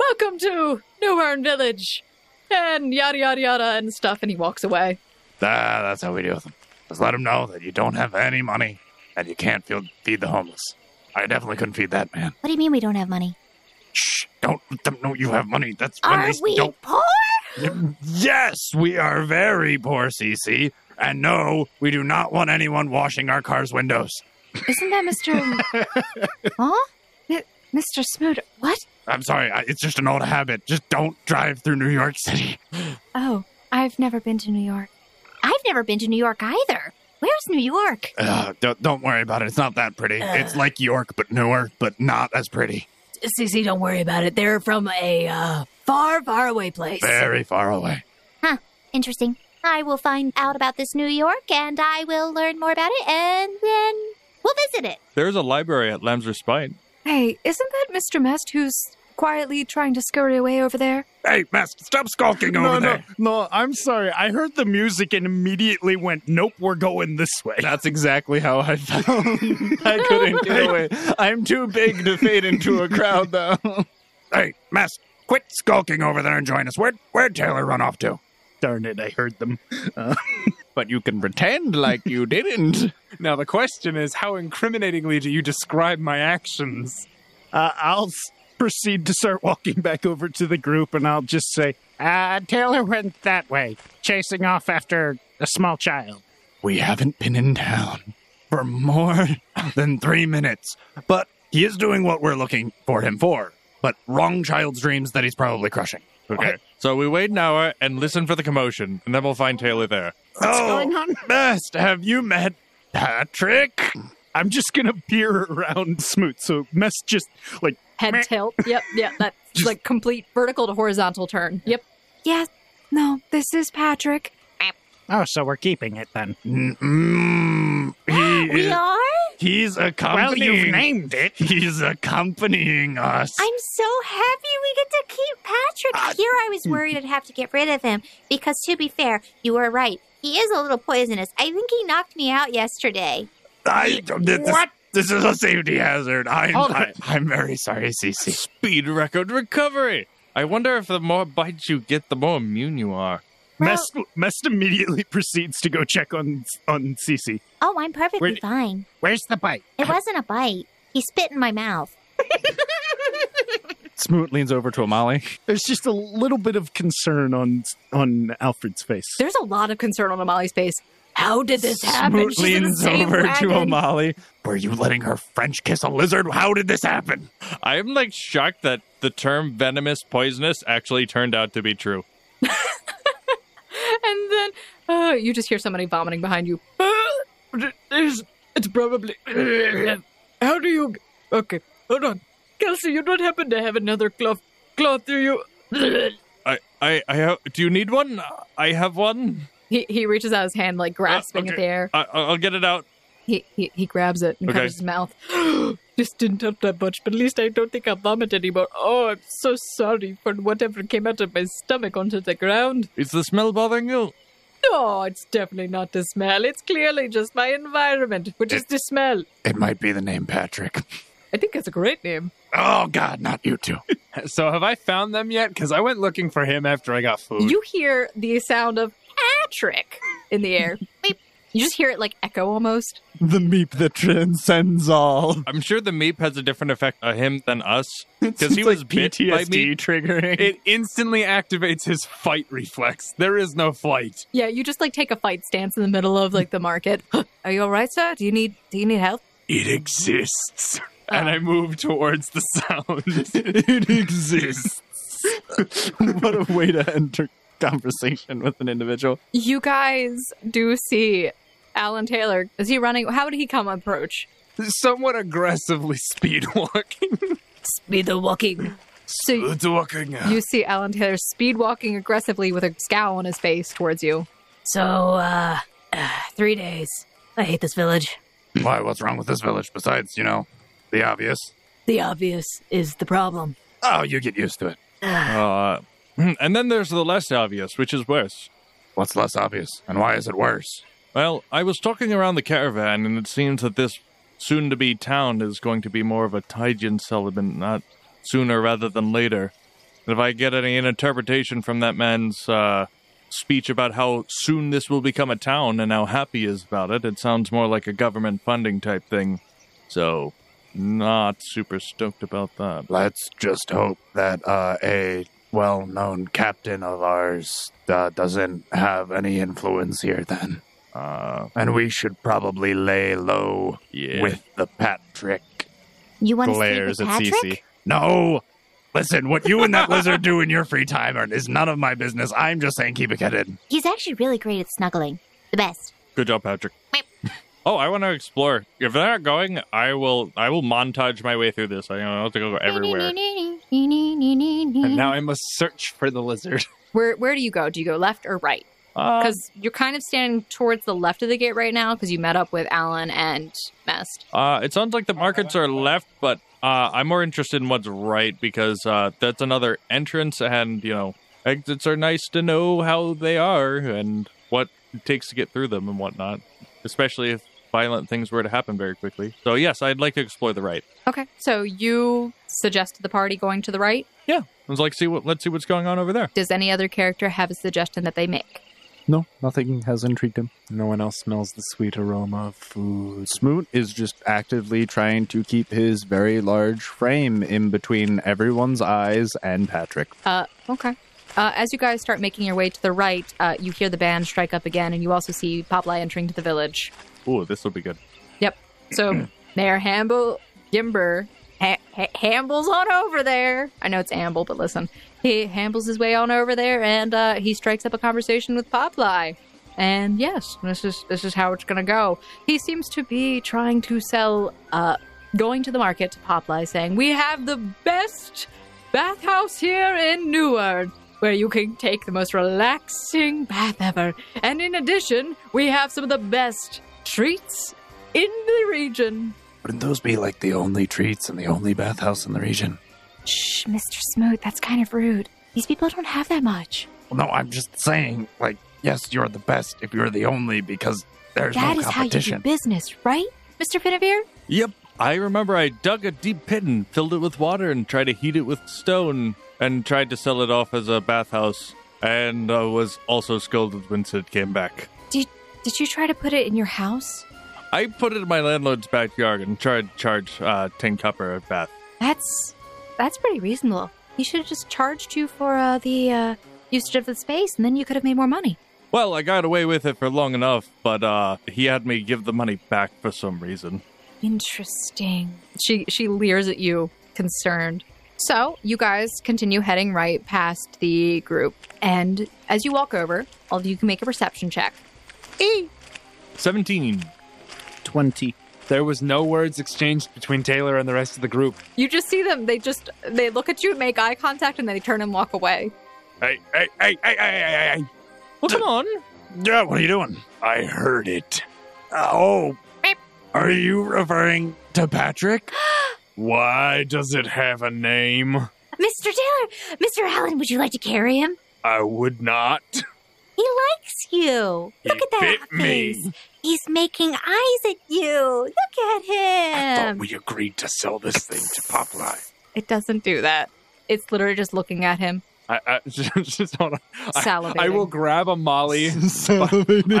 Speaker 9: welcome to Newhern Village, and yada yada yada and stuff, and he walks away.
Speaker 7: Ah, that's how we deal with them. Just let them know that you don't have any money and you can't feel, feed the homeless. I definitely couldn't feed that man.
Speaker 8: What do you mean we don't have money?
Speaker 7: Don't let them know you have money. That's when
Speaker 8: Are
Speaker 7: they
Speaker 8: we
Speaker 7: don't.
Speaker 8: poor?
Speaker 7: Yes, we are very poor, Cece. And no, we do not want anyone washing our car's windows.
Speaker 12: Isn't that Mr. huh? M- Mr. Smoot? What?
Speaker 7: I'm sorry, I, it's just an old habit. Just don't drive through New York City.
Speaker 12: Oh, I've never been to New York.
Speaker 8: I've never been to New York either. Where's New York?
Speaker 7: Ugh, Uh, don't, don't worry about it. It's not that pretty. It's like York, but newer, but not as pretty.
Speaker 3: Cece, don't worry about it. They're from a uh, far, far away place.
Speaker 7: Very far away.
Speaker 8: Huh, interesting. I will find out about this New York and I will learn more about it and then we'll visit it.
Speaker 4: There's a library at Lamser Spine.
Speaker 12: Hey, isn't that Mr. Mest who's quietly trying to scurry away over there?
Speaker 7: Hey, Mask, stop skulking
Speaker 5: no,
Speaker 7: over
Speaker 5: no,
Speaker 7: there.
Speaker 5: No, I'm sorry. I heard the music and immediately went, nope, we're going this way.
Speaker 13: That's exactly how I felt. I couldn't get away. I'm too big to fade into a crowd, though.
Speaker 7: Hey, Mask, quit skulking over there and join us. Where, where'd Taylor run off to?
Speaker 5: Darn it, I heard them.
Speaker 13: Uh, but you can pretend like you didn't.
Speaker 10: Now, the question is how incriminatingly do you describe my actions?
Speaker 5: Uh, I'll s- proceed to start walking back over to the group and I'll just say,
Speaker 11: Uh, Taylor went that way, chasing off after a small child.
Speaker 7: We haven't been in town for more than three minutes, but he is doing what we're looking for him for. But wrong child's dreams that he's probably crushing.
Speaker 4: Okay. So we wait an hour and listen for the commotion, and then we'll find Taylor there.
Speaker 7: What's going on? Best, have you met Patrick?
Speaker 5: I'm just going to peer around Smoot. So Mess just like
Speaker 12: Head tilt. Yep, yep. That's like complete vertical to horizontal turn. Yep. Yes. No, this is Patrick.
Speaker 11: Oh, so we're keeping it then.
Speaker 7: Mm, he
Speaker 8: We
Speaker 7: is-
Speaker 8: are?
Speaker 7: He's accompanying.
Speaker 11: you've named
Speaker 7: it. He's accompanying us.
Speaker 8: I'm so happy we get to keep
Speaker 7: Ah.
Speaker 8: Patrick here. I was worried I'd have to get rid of him because, to be fair, you were right. He is a little poisonous. I think he knocked me out yesterday.
Speaker 7: I, this,
Speaker 8: What?
Speaker 7: This is a safety hazard. I'm,
Speaker 4: Hold
Speaker 7: I, I'm very sorry, Cece.
Speaker 4: Speed record recovery. I wonder if the more bites you get, the more immune you are.
Speaker 5: Mess, Mess immediately proceeds to go check on on Cece.
Speaker 8: Oh, I'm perfectly
Speaker 5: Where'd-
Speaker 8: fine.
Speaker 11: Where's the bike?
Speaker 8: It wasn't a bite. He spit in my mouth.
Speaker 13: Smoot leans over to Amali.
Speaker 5: There's just a little bit of concern on on Alfred's face.
Speaker 12: There's a lot of concern on Amali's face.
Speaker 3: How did this happen?
Speaker 7: Smoot
Speaker 3: She's in the
Speaker 7: leans
Speaker 3: same
Speaker 7: over to
Speaker 3: wagon.
Speaker 7: Amali. Were you letting her French kiss a lizard? How did this happen?
Speaker 4: I'm like shocked that the term venomous poisonous actually turned out to be true.
Speaker 12: And then uh, you just hear somebody vomiting behind you.
Speaker 16: It's, Uh, it's probably. uh, How do you? Okay, hold on, Kelsey. You don't happen to have another cloth cloth, do you?
Speaker 4: I, I, I have. Do you need one? I have one.
Speaker 12: He, he reaches out his hand, like grasping at
Speaker 4: Okay.
Speaker 12: the air.
Speaker 4: I, I'll get it out.
Speaker 12: He, he, he grabs it and
Speaker 4: Okay.
Speaker 12: covers his mouth.
Speaker 16: this didn't help that much, but at least I don't think I'll vomit anymore. Oh, I'm so sorry for whatever came out of my stomach onto the ground.
Speaker 4: Is the smell bothering you?
Speaker 16: No, it's definitely not the smell. It's clearly just my environment, which is the smell.
Speaker 7: It might be the name Patrick.
Speaker 16: I think it's a great name.
Speaker 7: Oh God, not you two.
Speaker 10: So, have I found them yet? Because I went looking for him after I got food.
Speaker 12: You hear the sound of Patrick in the air. Beep. you just hear it like echo almost.
Speaker 13: The meep that transcends all.
Speaker 4: I'm sure the meep has a different effect on him than us because he was bit by
Speaker 13: PTSD
Speaker 4: me.
Speaker 13: triggering.
Speaker 10: It instantly activates his fight reflex. There is no flight.
Speaker 12: Yeah, you just like take a fight stance in the middle of like the market. Are you all right, sir? Do you need do you need help?
Speaker 10: It exists. And I move towards the sound.
Speaker 13: it exists. what a way to enter conversation with an individual.
Speaker 12: You guys do see Alan Taylor. Is he running? How did he come approach?
Speaker 10: Somewhat aggressively speed walking.
Speaker 3: Speed the walking.
Speaker 12: So you,
Speaker 13: walking.
Speaker 9: uh.
Speaker 12: you see Alan Taylor speed walking aggressively with a scowl on his face towards you.
Speaker 3: So, uh, uh, three days. I hate this village.
Speaker 7: Why? What's wrong with this village besides, you know, the obvious?
Speaker 3: The obvious is the problem.
Speaker 7: Oh, you get used to it.
Speaker 4: Uh, and then there's the less obvious, which is worse.
Speaker 7: What's less obvious, and why is it worse?
Speaker 4: Well, I was talking around the caravan, and it seems that this soon to be town is going to be more of a Tyjan settlement, not sooner rather than later. And if I get any interpretation from that man's uh, speech about how soon this will become a town and how happy he is about it, it sounds more like a government funding type thing. So, not super stoked about that.
Speaker 7: Let's just hope that uh, a well known captain of ours uh, doesn't have any influence here then.
Speaker 4: Uh,
Speaker 7: and we should probably lay low
Speaker 4: Yeah.
Speaker 7: with the Patrick.
Speaker 8: You want to sleep with Patrick?
Speaker 7: No! Listen, what you and that lizard do in your free time are- is none of my business. I'm just saying keep it hidden.
Speaker 8: He's actually really great at snuggling. The best.
Speaker 4: Good job, Patrick. oh, I want to explore. If they're not going, I will. I will montage my way through this. I don't think I'll go everywhere.
Speaker 10: And now I must search for the lizard.
Speaker 9: Where where do you go? Do you go left or right?
Speaker 4: Um,
Speaker 9: Because you're kind of standing towards the left of the gate right now because you met up with Alan and Mest.
Speaker 4: Uh, it sounds like the markets are left, but uh, I'm more interested in what's right because uh, that's another entrance, and you know, exits are nice to know how they are and what it takes to get through them and whatnot, especially if violent things were to happen very quickly. So yes, I'd like to explore the right.
Speaker 9: Okay, so you suggest to the party going to the right.
Speaker 4: Yeah, I was like, see what, let's see what's going on over there.
Speaker 9: Does any other character have a suggestion that they make?
Speaker 13: No, nothing has intrigued him. No one else smells the sweet aroma of food. Smoot is just actively trying to keep his very large frame in between everyone's eyes and Patrick.
Speaker 9: Uh, okay. Uh, as you guys start making your way to the right, uh, you hear the band strike up again, and you also see Popeye entering to the village.
Speaker 4: Ooh, this will be good.
Speaker 9: Yep. So Mayor Hamble Gimber ha- ha- hambles on over there. I know it's Amble, but listen, he hambles his way on over there, and uh, he strikes up a conversation with Popeye. And yes, this is this is how it's gonna go. He seems to be trying to sell, uh, going to the market to Popeye, saying we have the best bathhouse here in Newark. Where you can take the most relaxing bath ever. And in addition, we have some of the best treats in the region.
Speaker 7: Wouldn't those be like the only treats and the only bathhouse in the region?
Speaker 8: Shh, Mr. Smooth, that's kind of rude. These people don't have that much.
Speaker 7: Well, no, I'm just saying, like, yes, you're the best if you're the only because
Speaker 8: That is
Speaker 7: there's no
Speaker 8: how you do
Speaker 7: competition.
Speaker 8: business, right, Mr. Pinevere?
Speaker 4: Yep, I remember I dug a deep pit and filled it with water and tried to heat it with stone and tried to sell it off as a bathhouse and uh, was also scolded when Sid came back.
Speaker 8: Did did you try to put it in your house?
Speaker 4: I put it in my landlord's backyard and tried to charge uh, 10 copper a bath.
Speaker 8: That's that's pretty reasonable. He should have just charged you for uh, the uh, usage of the space, and then you could have made more money.
Speaker 4: Well, I got away with it for long enough, but uh, he had me give the money back for some reason.
Speaker 9: Interesting. She she leers at you, concerned. So you guys continue heading right past the group, and as you walk over, all of you can make a perception check.
Speaker 4: 17.
Speaker 5: 20.
Speaker 10: There was no words exchanged between Taylor and the rest of the group.
Speaker 9: You just see them. They just they look at you, make eye contact, and then they turn and walk away.
Speaker 7: Hey, hey, hey, hey, hey, hey, hey.
Speaker 4: Well, come on.
Speaker 7: Yeah, what are you doing? I heard it. Oh, are you referring to Patrick?
Speaker 10: Why does it have a name?
Speaker 8: Mr. Taylor, Mr. Allen, would you like to carry him?
Speaker 10: I would not.
Speaker 8: He likes you. Look at that
Speaker 10: bit me.
Speaker 8: face. He's making eyes at you. Look at him.
Speaker 7: we agreed to sell this thing to Popeye.
Speaker 9: It doesn't do that. It's literally just looking at him.
Speaker 10: I, I just, just hold on. I,
Speaker 9: Salivating.
Speaker 10: I will grab a Molly.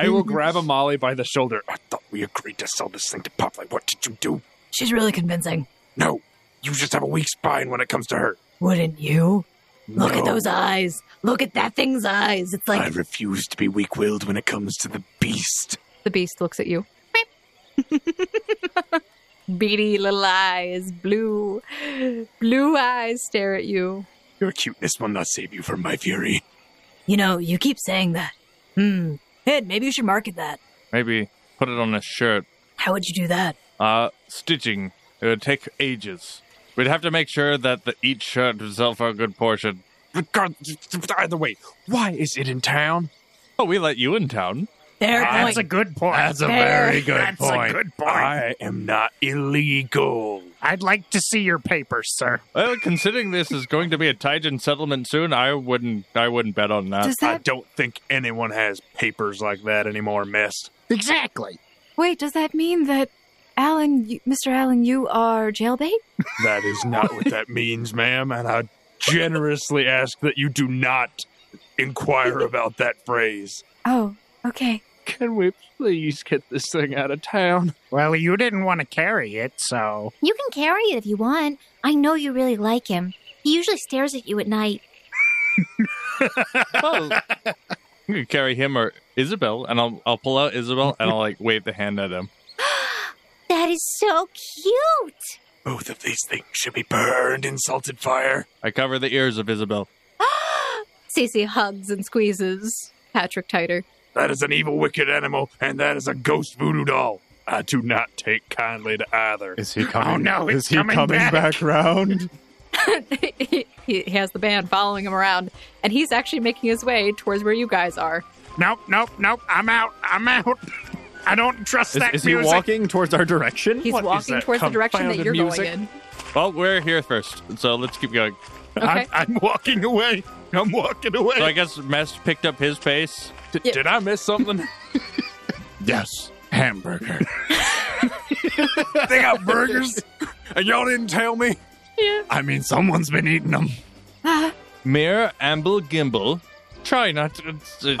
Speaker 10: I will grab a Molly by the shoulder.
Speaker 7: I thought we agreed to sell this thing to Popeye. What did you do?
Speaker 3: She's really convincing.
Speaker 7: No, you just have a weak spine when it comes to her.
Speaker 3: Wouldn't you? Look at
Speaker 7: No.
Speaker 3: those eyes. Look at that thing's eyes. It's
Speaker 7: I
Speaker 3: like
Speaker 7: refuse to be weak willed when it comes to the beast.
Speaker 9: The beast looks at you. Beady little eyes, blue, blue eyes stare at you.
Speaker 7: Your cuteness will not save you from my fury.
Speaker 3: you know, you keep saying that. Hmm. Ed, maybe you should market that.
Speaker 4: Maybe put it on a shirt.
Speaker 3: How would you do that?
Speaker 4: Uh, stitching. It would take ages. We'd have to make sure that the, each shirt was self a good portion.
Speaker 10: Regardless, either way, why is it in town?
Speaker 4: Oh, we let you in town.
Speaker 3: Fair
Speaker 11: That's
Speaker 3: point.
Speaker 11: a good point.
Speaker 7: That's a
Speaker 3: Fair.
Speaker 7: very good
Speaker 11: That's a
Speaker 7: point.
Speaker 11: good point.
Speaker 7: I am not illegal.
Speaker 11: I'd like to see your papers, sir.
Speaker 4: Well, considering this is going to be a Titan settlement soon, I wouldn't. I wouldn't bet on that.
Speaker 9: Does
Speaker 10: I
Speaker 9: that
Speaker 10: don't think anyone has papers like that anymore, Miss.
Speaker 11: Exactly.
Speaker 9: wait? Does that mean that Alan, you, Mr. Alan, you are jailbait?
Speaker 10: That is not what that means, ma'am, and I generously ask that you do not inquire about that phrase.
Speaker 9: Oh, okay.
Speaker 10: Can we please get this thing out of town?
Speaker 11: Well, you didn't want to carry it, so.
Speaker 8: You can carry it if you want. I know you really like him. He usually stares at you at night.
Speaker 4: You can carry him or Isabel, and I'll I'll pull out Isabel and I'll like wave the hand at him.
Speaker 8: That is so cute.
Speaker 10: Oh,
Speaker 17: Both of these things should be burned in salted fire.
Speaker 4: I cover the ears of Isabel.
Speaker 9: Cece hugs and squeezes Patrick tighter.
Speaker 17: That is an evil, wicked animal, and that is a ghost voodoo doll.
Speaker 10: I do not take kindly to either.
Speaker 18: Is he
Speaker 7: Oh,
Speaker 18: coming?
Speaker 17: Oh,
Speaker 18: is he coming back, round?
Speaker 9: he, he has the band following him around, and he's actually making his way towards where you guys are.
Speaker 11: Nope, nope, nope. I'm out. I'm out. I don't trust
Speaker 18: Is,
Speaker 11: that
Speaker 18: is he
Speaker 11: music.
Speaker 18: walking towards our direction?
Speaker 9: He's
Speaker 18: What is
Speaker 9: walking
Speaker 18: that
Speaker 9: towards the direction that
Speaker 18: confounded
Speaker 9: you're
Speaker 18: music?
Speaker 9: going in.
Speaker 4: Well, we're here first, so let's keep going.
Speaker 9: Okay.
Speaker 5: I'm walking away. I'm walking away.
Speaker 4: So I guess Mess picked up his pace.
Speaker 10: D- Did I miss something?
Speaker 7: Yes, hamburger.
Speaker 17: they got burgers, and y'all didn't tell me.
Speaker 9: Yeah.
Speaker 17: I mean, someone's been eating them.
Speaker 12: Uh,
Speaker 4: Mayor Amble Gimble, try not to.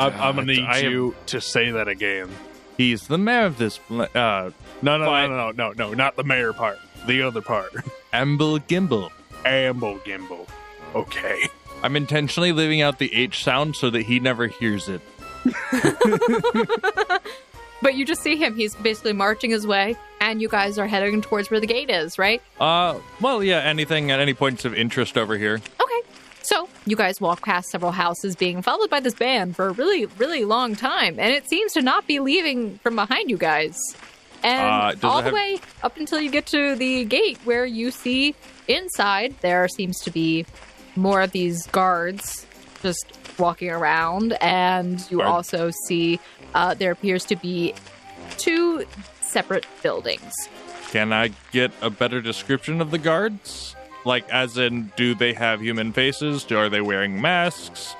Speaker 10: I'm, I'm gonna need
Speaker 4: I am-
Speaker 10: you to say that again.
Speaker 4: he's the mayor of this. pla- Uh,
Speaker 10: No, no,
Speaker 4: Fine.
Speaker 10: no, no, no, no, no, not the mayor part. The other part.
Speaker 4: Amble Gimble.
Speaker 10: Amble Gimble. Okay.
Speaker 4: I'm intentionally leaving out the H sound so that he never hears it.
Speaker 9: But you just see him. He's basically marching his way, and you guys are heading towards where the gate is, right?
Speaker 4: Uh, well, yeah. Anything at any points of interest over here?
Speaker 9: Okay. So you guys walk past several houses being followed by this band for a really, really long time, and it seems to not be leaving from behind you guys.
Speaker 4: Uh,
Speaker 9: And
Speaker 4: does
Speaker 9: all
Speaker 4: it
Speaker 9: the
Speaker 4: have-
Speaker 9: way up until you get to the gate where you see inside there seems to be more of these guards just walking around, and you
Speaker 4: Guard.
Speaker 9: also see uh, there appears to be two separate buildings.
Speaker 4: Can I get a better description of the guards? Like, as in, do they have human faces? Do, are they wearing masks?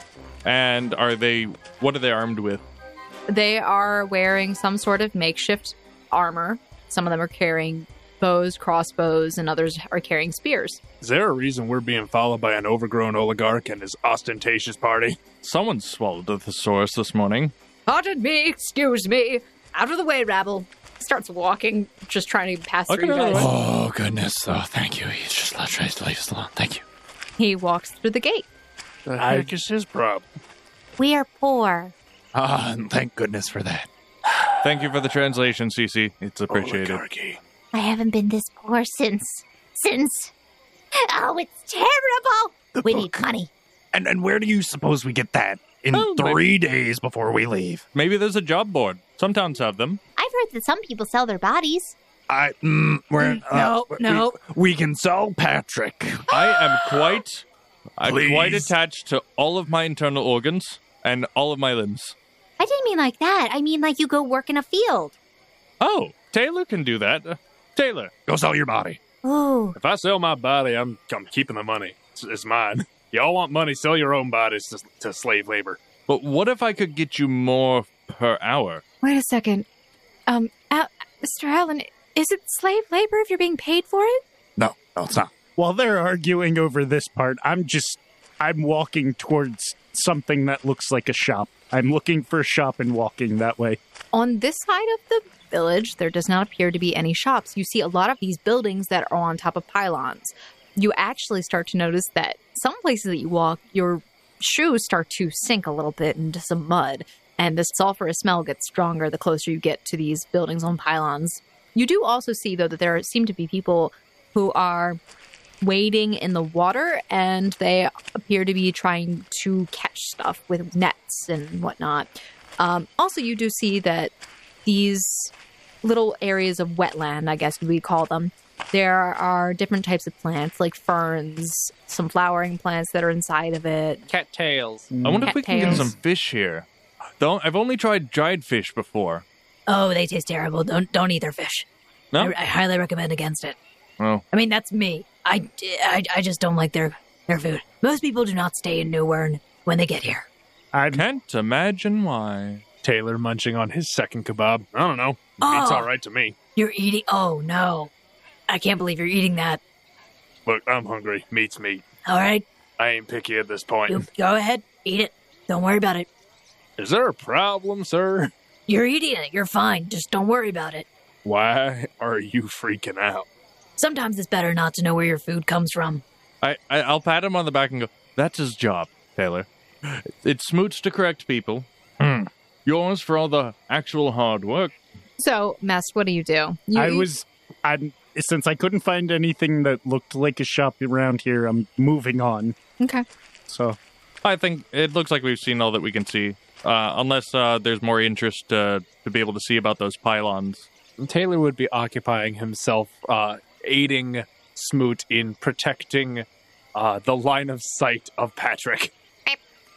Speaker 4: And are they, what are they armed with?
Speaker 9: They are wearing some sort of makeshift armor. Some of them are carrying bows, crossbows, and others are carrying spears.
Speaker 10: Is there a reason we're being followed by an overgrown oligarch and his ostentatious party?
Speaker 4: Someone swallowed a thesaurus this morning.
Speaker 9: Pardon me, excuse me. Out of the way, rabble. Starts walking, just trying to pass
Speaker 4: Okay,
Speaker 9: through you
Speaker 4: no, no,
Speaker 9: guys.
Speaker 7: Oh goodness! Oh, thank you. He's just let tries to leave us alone. Thank you.
Speaker 9: He walks through the gate.
Speaker 10: The
Speaker 7: I-
Speaker 10: heck is his problem?
Speaker 8: We are poor.
Speaker 7: Ah, and thank goodness for that.
Speaker 4: Thank you for the translation, Cece. It's appreciated.
Speaker 8: I haven't been this poor since. Since. Oh, it's terrible. we need money.
Speaker 7: And and where do you suppose we get that in
Speaker 4: Oh, maybe-
Speaker 7: three days before we leave?
Speaker 4: Maybe there's a job board. Some towns have them.
Speaker 8: I've heard that some people sell their bodies.
Speaker 7: I mm, we're uh,
Speaker 8: no, no.
Speaker 7: We, we can sell Patrick.
Speaker 4: I am quite, I'm quite
Speaker 7: Please.
Speaker 4: attached to all of my internal organs and all of my limbs.
Speaker 8: I didn't mean like that. I mean like you go work in a field.
Speaker 4: Oh, Taylor can do that. Uh, Taylor,
Speaker 7: Go sell your body.
Speaker 8: Ooh.
Speaker 10: If I sell my body, I'm I'm keeping the money. It's, it's mine. Y'all want money? Sell your own bodies to, to slave labor.
Speaker 4: but what if I could get you more per hour?
Speaker 19: Wait a second. Um, Al- Mr. Allen, is it slave labor if you're being paid for it?
Speaker 7: No, no, it's not.
Speaker 5: While they're arguing over this part, I'm just I'm walking towards something that looks like a shop. I'm looking for a shop and walking that way.
Speaker 9: On this side of the village, there does not appear to be any shops. You see a lot of these buildings that are on top of pylons. You actually start to notice that some places that you walk, your shoes start to sink a little bit into some mud, and the sulfurous smell gets stronger the closer you get to these buildings on pylons. You do also see, though, that there seem to be people who are wading in the water and they appear to be trying to catch stuff with nets and whatnot. Um, also, you do see that these little areas of wetland, I guess we call them, there are different types of plants like ferns, some flowering plants that are inside of it.
Speaker 20: Cattails.
Speaker 4: I wonder if we can get
Speaker 9: Cattails.
Speaker 4: some fish here. Don't I've only tried dried fish before.
Speaker 3: Oh, they taste terrible. Don't don't eat their fish.
Speaker 4: No?
Speaker 3: I, I highly recommend against it.
Speaker 4: Oh.
Speaker 3: I mean, that's me. I, I, I just don't like their their food. Most people do not stay in New Wern when they get here.
Speaker 5: I
Speaker 4: can't imagine why.
Speaker 10: Taylor munching on his second kebab. I don't know. It's
Speaker 3: Oh.
Speaker 10: all right to me.
Speaker 3: You're eating. Oh no, I can't believe you're eating that.
Speaker 10: Look, I'm hungry. Meat's meat.
Speaker 3: All right,
Speaker 10: I ain't picky at this
Speaker 3: you
Speaker 10: point.
Speaker 3: go ahead, eat it. Don't worry about it.
Speaker 10: Is there a problem, sir?
Speaker 3: You're eating it. You're fine. Just don't worry about it.
Speaker 10: Why are you freaking out?
Speaker 3: Sometimes it's better not to know where your food comes from.
Speaker 4: I, I I'll pat him on the back and go. That's his job, Taylor. It's Smoot's to correct people. Yours for all the actual hard work.
Speaker 9: So, Mess, what do you do? You
Speaker 5: I
Speaker 9: eat-
Speaker 5: was I'm since I couldn't find anything that looked like a shop around here, I'm moving on.
Speaker 9: Okay.
Speaker 5: So
Speaker 4: I think it looks like we've seen all that we can see, uh, unless uh, there's more interest uh, to be able to see about those pylons.
Speaker 10: Taylor would be occupying himself, uh, aiding Smoot in protecting uh, the line of sight of Patrick.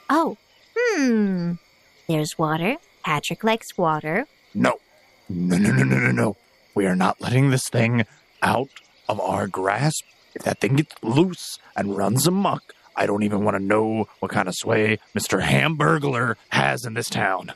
Speaker 8: Oh, hmm. There's water. Patrick likes water.
Speaker 7: No. No, no, no, no, no, no. We are not letting this thing out of our grasp. If that thing gets loose and runs amok, I don't even want to know what kind of sway Mr. Hamburglar has in this town.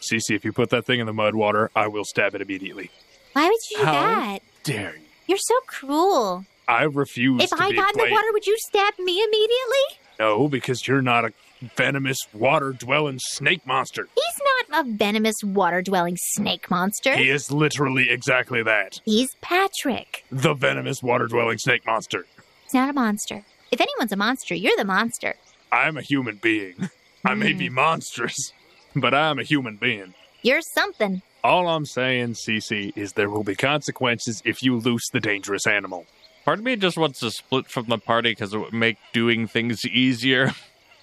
Speaker 10: Cece, if you put that thing in the mud water, I will stab it immediately.
Speaker 8: Why would you do
Speaker 10: How
Speaker 8: that?
Speaker 10: Dare you?
Speaker 8: You're so cruel.
Speaker 10: I refuse
Speaker 8: if
Speaker 10: to
Speaker 8: I
Speaker 10: be
Speaker 8: got in the
Speaker 10: played.
Speaker 8: water, would you stab me immediately?
Speaker 10: No, because you're not a venomous water dwelling snake monster.
Speaker 8: He's not a venomous water dwelling snake monster.
Speaker 10: He is literally exactly that.
Speaker 8: He's Patrick.
Speaker 10: The venomous water dwelling snake monster.
Speaker 8: He's not a monster. If anyone's a monster, you're the monster.
Speaker 10: I'm a human being. I may
Speaker 8: Hmm.
Speaker 10: be monstrous, but I'm a human being.
Speaker 8: You're something.
Speaker 10: All I'm saying, Cece, is there will be consequences if you loose the dangerous animal.
Speaker 4: Part of me just wants to split from the party because it would make doing things easier.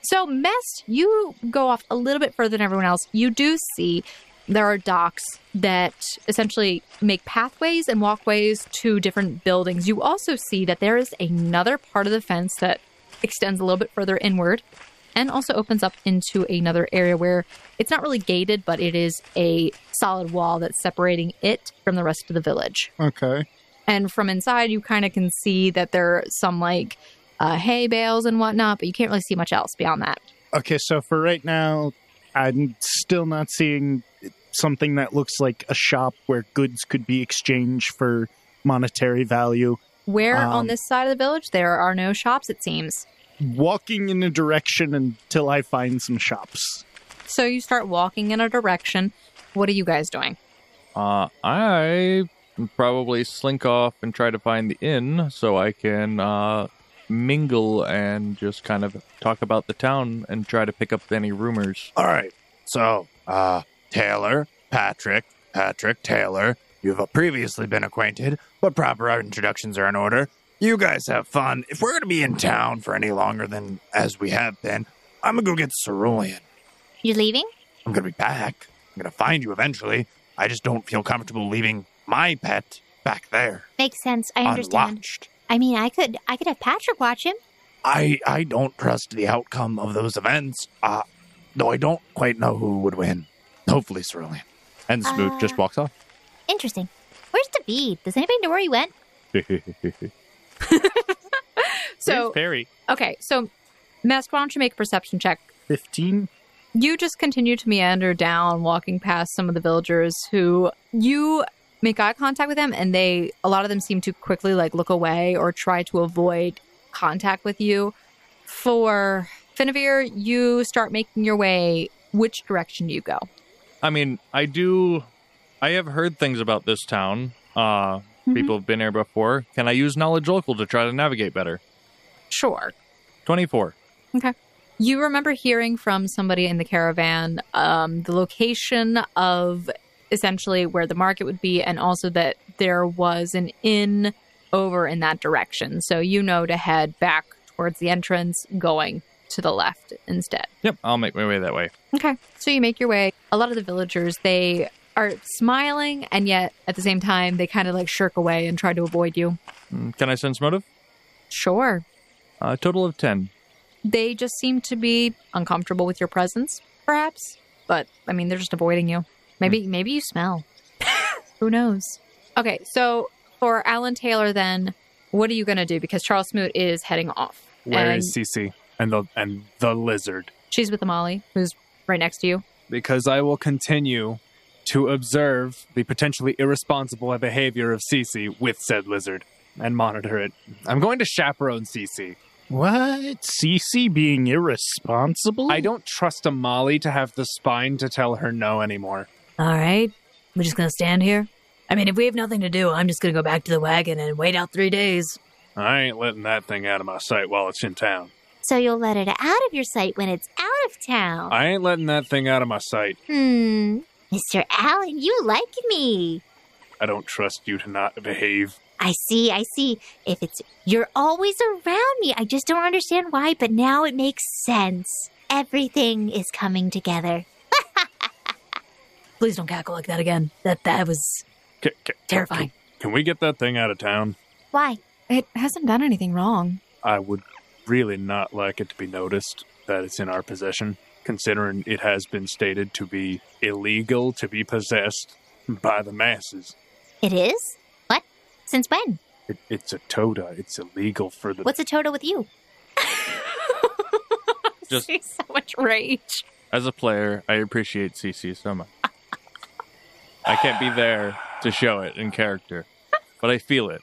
Speaker 9: So, Mess, you go off a little bit further than everyone else. You do see there are docks that essentially make pathways and walkways to different buildings. You also see that there is another part of the fence that extends a little bit further inward and also opens up into another area where it's not really gated, but it is a solid wall that's separating it from the rest of the village.
Speaker 5: Okay.
Speaker 9: And from inside, you kind of can see that there are some like uh, hay bales and whatnot, but you can't really see much else beyond that.
Speaker 5: Okay, so for right now, I'm still not seeing something that looks like a shop where goods could be exchanged for monetary value.
Speaker 9: Where on
Speaker 5: Um,
Speaker 9: this side of the village there are no shops, it seems.
Speaker 5: Walking in a direction until I find some shops.
Speaker 9: So you start walking in a direction. What are you guys doing?
Speaker 4: Uh, I probably slink off and try to find the inn so I can uh, mingle and just kind of talk about the town and try to pick up any rumors.
Speaker 7: All right. So, uh, Taylor, Patrick, Patrick, Taylor, you have previously been acquainted, but proper introductions are in order. You guys have fun. If we're going to be in town for any longer than as we have been, I'm going to go get Cerulean.
Speaker 8: You leaving?
Speaker 7: I'm going to be back. I'm going to find you eventually. I just don't feel comfortable leaving my pet back there.
Speaker 8: Makes sense. I understand.
Speaker 7: Unwatched.
Speaker 8: I mean, I could I could have Patrick watch him.
Speaker 7: I, I don't trust the outcome of those events. Uh, though I don't quite know who would win. Hopefully, Cerulean.
Speaker 8: And Smoot Uh. just
Speaker 7: walks off.
Speaker 8: Interesting. Where's David? Does anybody know where he went?
Speaker 9: So
Speaker 4: Perry.
Speaker 9: Okay, so Mess, why don't you make a perception check?
Speaker 5: 15?
Speaker 9: You just continue to meander down, walking past some of the villagers who you make eye contact with them, and they a lot of them seem to quickly like look away or try to avoid contact with you. For Finavir, you start making your way. Which direction do you go?
Speaker 4: I mean, I do. I have heard things about this town. Uh,
Speaker 9: Mm-hmm.
Speaker 4: People have been here before. Can I use knowledge local to try to navigate better?
Speaker 9: Sure.
Speaker 4: 24.
Speaker 9: Okay. You remember hearing from somebody in the caravan um, the location of essentially where the market would be, and also that there was an inn over in that direction. So you know to head back towards the entrance, going to the left instead.
Speaker 4: Yep, I'll make my way that way.
Speaker 9: Okay. So you make your way. A lot of the villagers, they are smiling, and yet at the same time, they kind of like shirk away and try to avoid you.
Speaker 4: Mm, Can I sense motive?
Speaker 9: Sure.
Speaker 4: A total of 10.
Speaker 9: They just seem to be uncomfortable with your presence, perhaps. But I mean, they're just avoiding you. Maybe,
Speaker 10: Hmm.
Speaker 9: maybe you smell. Who knows? Okay, so for Alan Taylor, then, what are you gonna do? Because Charles Smoot is heading off.
Speaker 10: Where
Speaker 9: and
Speaker 10: is Cece and the and the lizard?
Speaker 9: she's with Amali, who's right next to you.
Speaker 10: Because I will continue to observe the potentially irresponsible behavior of Cece with said lizard and monitor it. I'm going to chaperone Cece.
Speaker 5: What? Cece being irresponsible?
Speaker 10: I don't trust Amali to have the spine to tell her no anymore.
Speaker 3: All right. We're just going to stand here. I mean, if we have nothing to do, I'm just going to go back to the wagon and wait out three days.
Speaker 10: I ain't letting that thing out of my sight while it's in town.
Speaker 8: So you'll let it out of your sight when it's out of town.
Speaker 10: I ain't letting that thing out of my sight.
Speaker 8: Hmm. Mr. Allen, you like me.
Speaker 10: I don't trust you to not behave.
Speaker 8: I see, I see. If it's you're always around me. I just don't understand why, but now it makes sense. Everything is coming together.
Speaker 3: Please don't cackle like that again. That that was
Speaker 10: Ca- ca-
Speaker 3: terrifying.
Speaker 10: Can we get that thing out of town?
Speaker 8: Why?
Speaker 12: It hasn't done anything wrong.
Speaker 10: I would really not like it to be noticed that it's in our possession, considering it has been stated to be illegal to be possessed by the masses.
Speaker 8: It is? What? Since when?
Speaker 10: It, it's a toda. It's illegal for the.
Speaker 8: What's a total with you?
Speaker 21: Just
Speaker 9: so much rage.
Speaker 21: as a player, I appreciate CC so much. I can't be there to show it in character, but I feel it.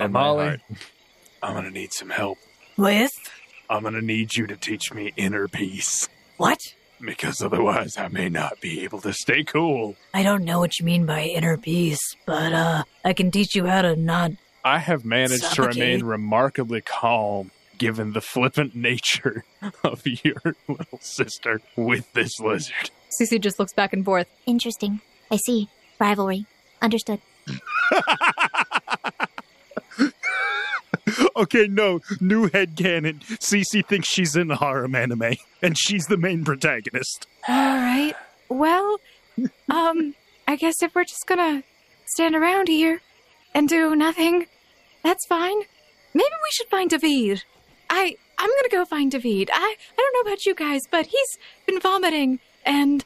Speaker 21: And
Speaker 10: Molly, I'm gonna need some help.
Speaker 3: With?
Speaker 10: I'm gonna need you to teach me inner peace.
Speaker 3: What?
Speaker 10: Because otherwise, I may not be able to stay cool.
Speaker 3: I don't know what you mean by inner peace, but uh, I can teach you how to not.
Speaker 10: I have managed to
Speaker 3: Suffocate.
Speaker 10: remain remarkably calm given the flippant nature of your little sister with this lizard.
Speaker 12: Cece just looks back and forth.
Speaker 8: Interesting. I see. Rivalry. Understood.
Speaker 5: Okay, no, new headcanon. Cece thinks she's in a harem anime, and she's the main protagonist.
Speaker 12: All right. Well, um, I guess if we're just gonna stand around here and do nothing, that's fine. Maybe we should find David. I I'm gonna go find David. I I don't know about you guys, but he's been vomiting and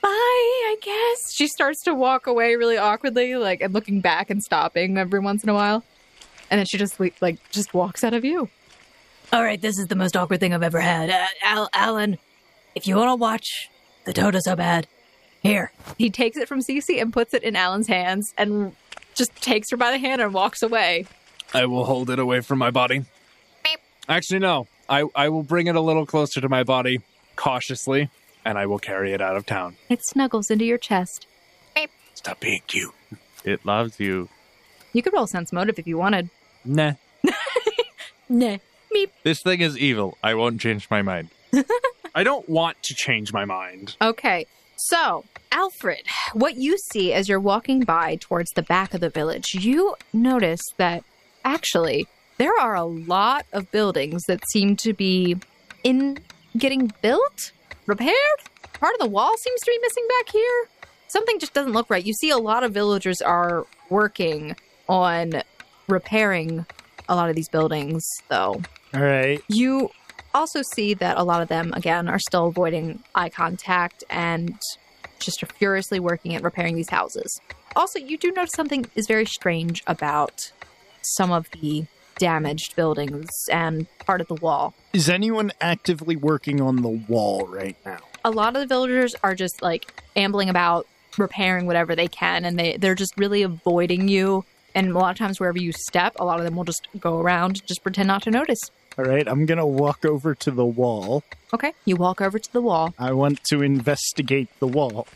Speaker 12: bye. I guess
Speaker 9: She starts to walk away really awkwardly, like and looking back and stopping every once in a while, and then she just le- like just walks out of view.
Speaker 3: All right, this is the most awkward thing I've ever had. Uh, Al- Alan, if you want to watch the Toda so bad, here.
Speaker 9: He takes it from Cece and puts it in Alan's hands and just takes her by the hand and walks away.
Speaker 10: I will hold it away from my body. Actually, no. I, I will bring it a little closer to my body, cautiously, and I will carry it out of town.
Speaker 12: it snuggles into your chest.
Speaker 10: Stop being cute.
Speaker 21: It loves you.
Speaker 12: You could roll sense motive if you wanted.
Speaker 10: Nah.
Speaker 12: Nah.
Speaker 21: This thing is evil. I won't change my mind.
Speaker 10: I don't want to change my mind.
Speaker 9: Okay. So, Alfred, what you see as you're walking by towards the back of the village, you notice that actually there are a lot of buildings that seem to be in getting built, repaired. Part of the wall seems to be missing back here. Something just doesn't look right. You see a lot of villagers are working on repairing a lot of these buildings, though.
Speaker 5: All right.
Speaker 9: You also see that a lot of them, again, are still avoiding eye contact and just are furiously working at repairing these houses. Also, you do notice something is very strange about some of the damaged buildings and part of the wall.
Speaker 5: Is anyone actively working on the wall right now?
Speaker 9: A lot of the villagers are just like ambling about repairing whatever they can and they they're just really avoiding you and a lot of times wherever you step, a lot of them will just go around just pretend not to notice.
Speaker 5: All right, I'm going to walk over to the wall.
Speaker 9: Okay? You walk over to the wall.
Speaker 5: I want to investigate the wall.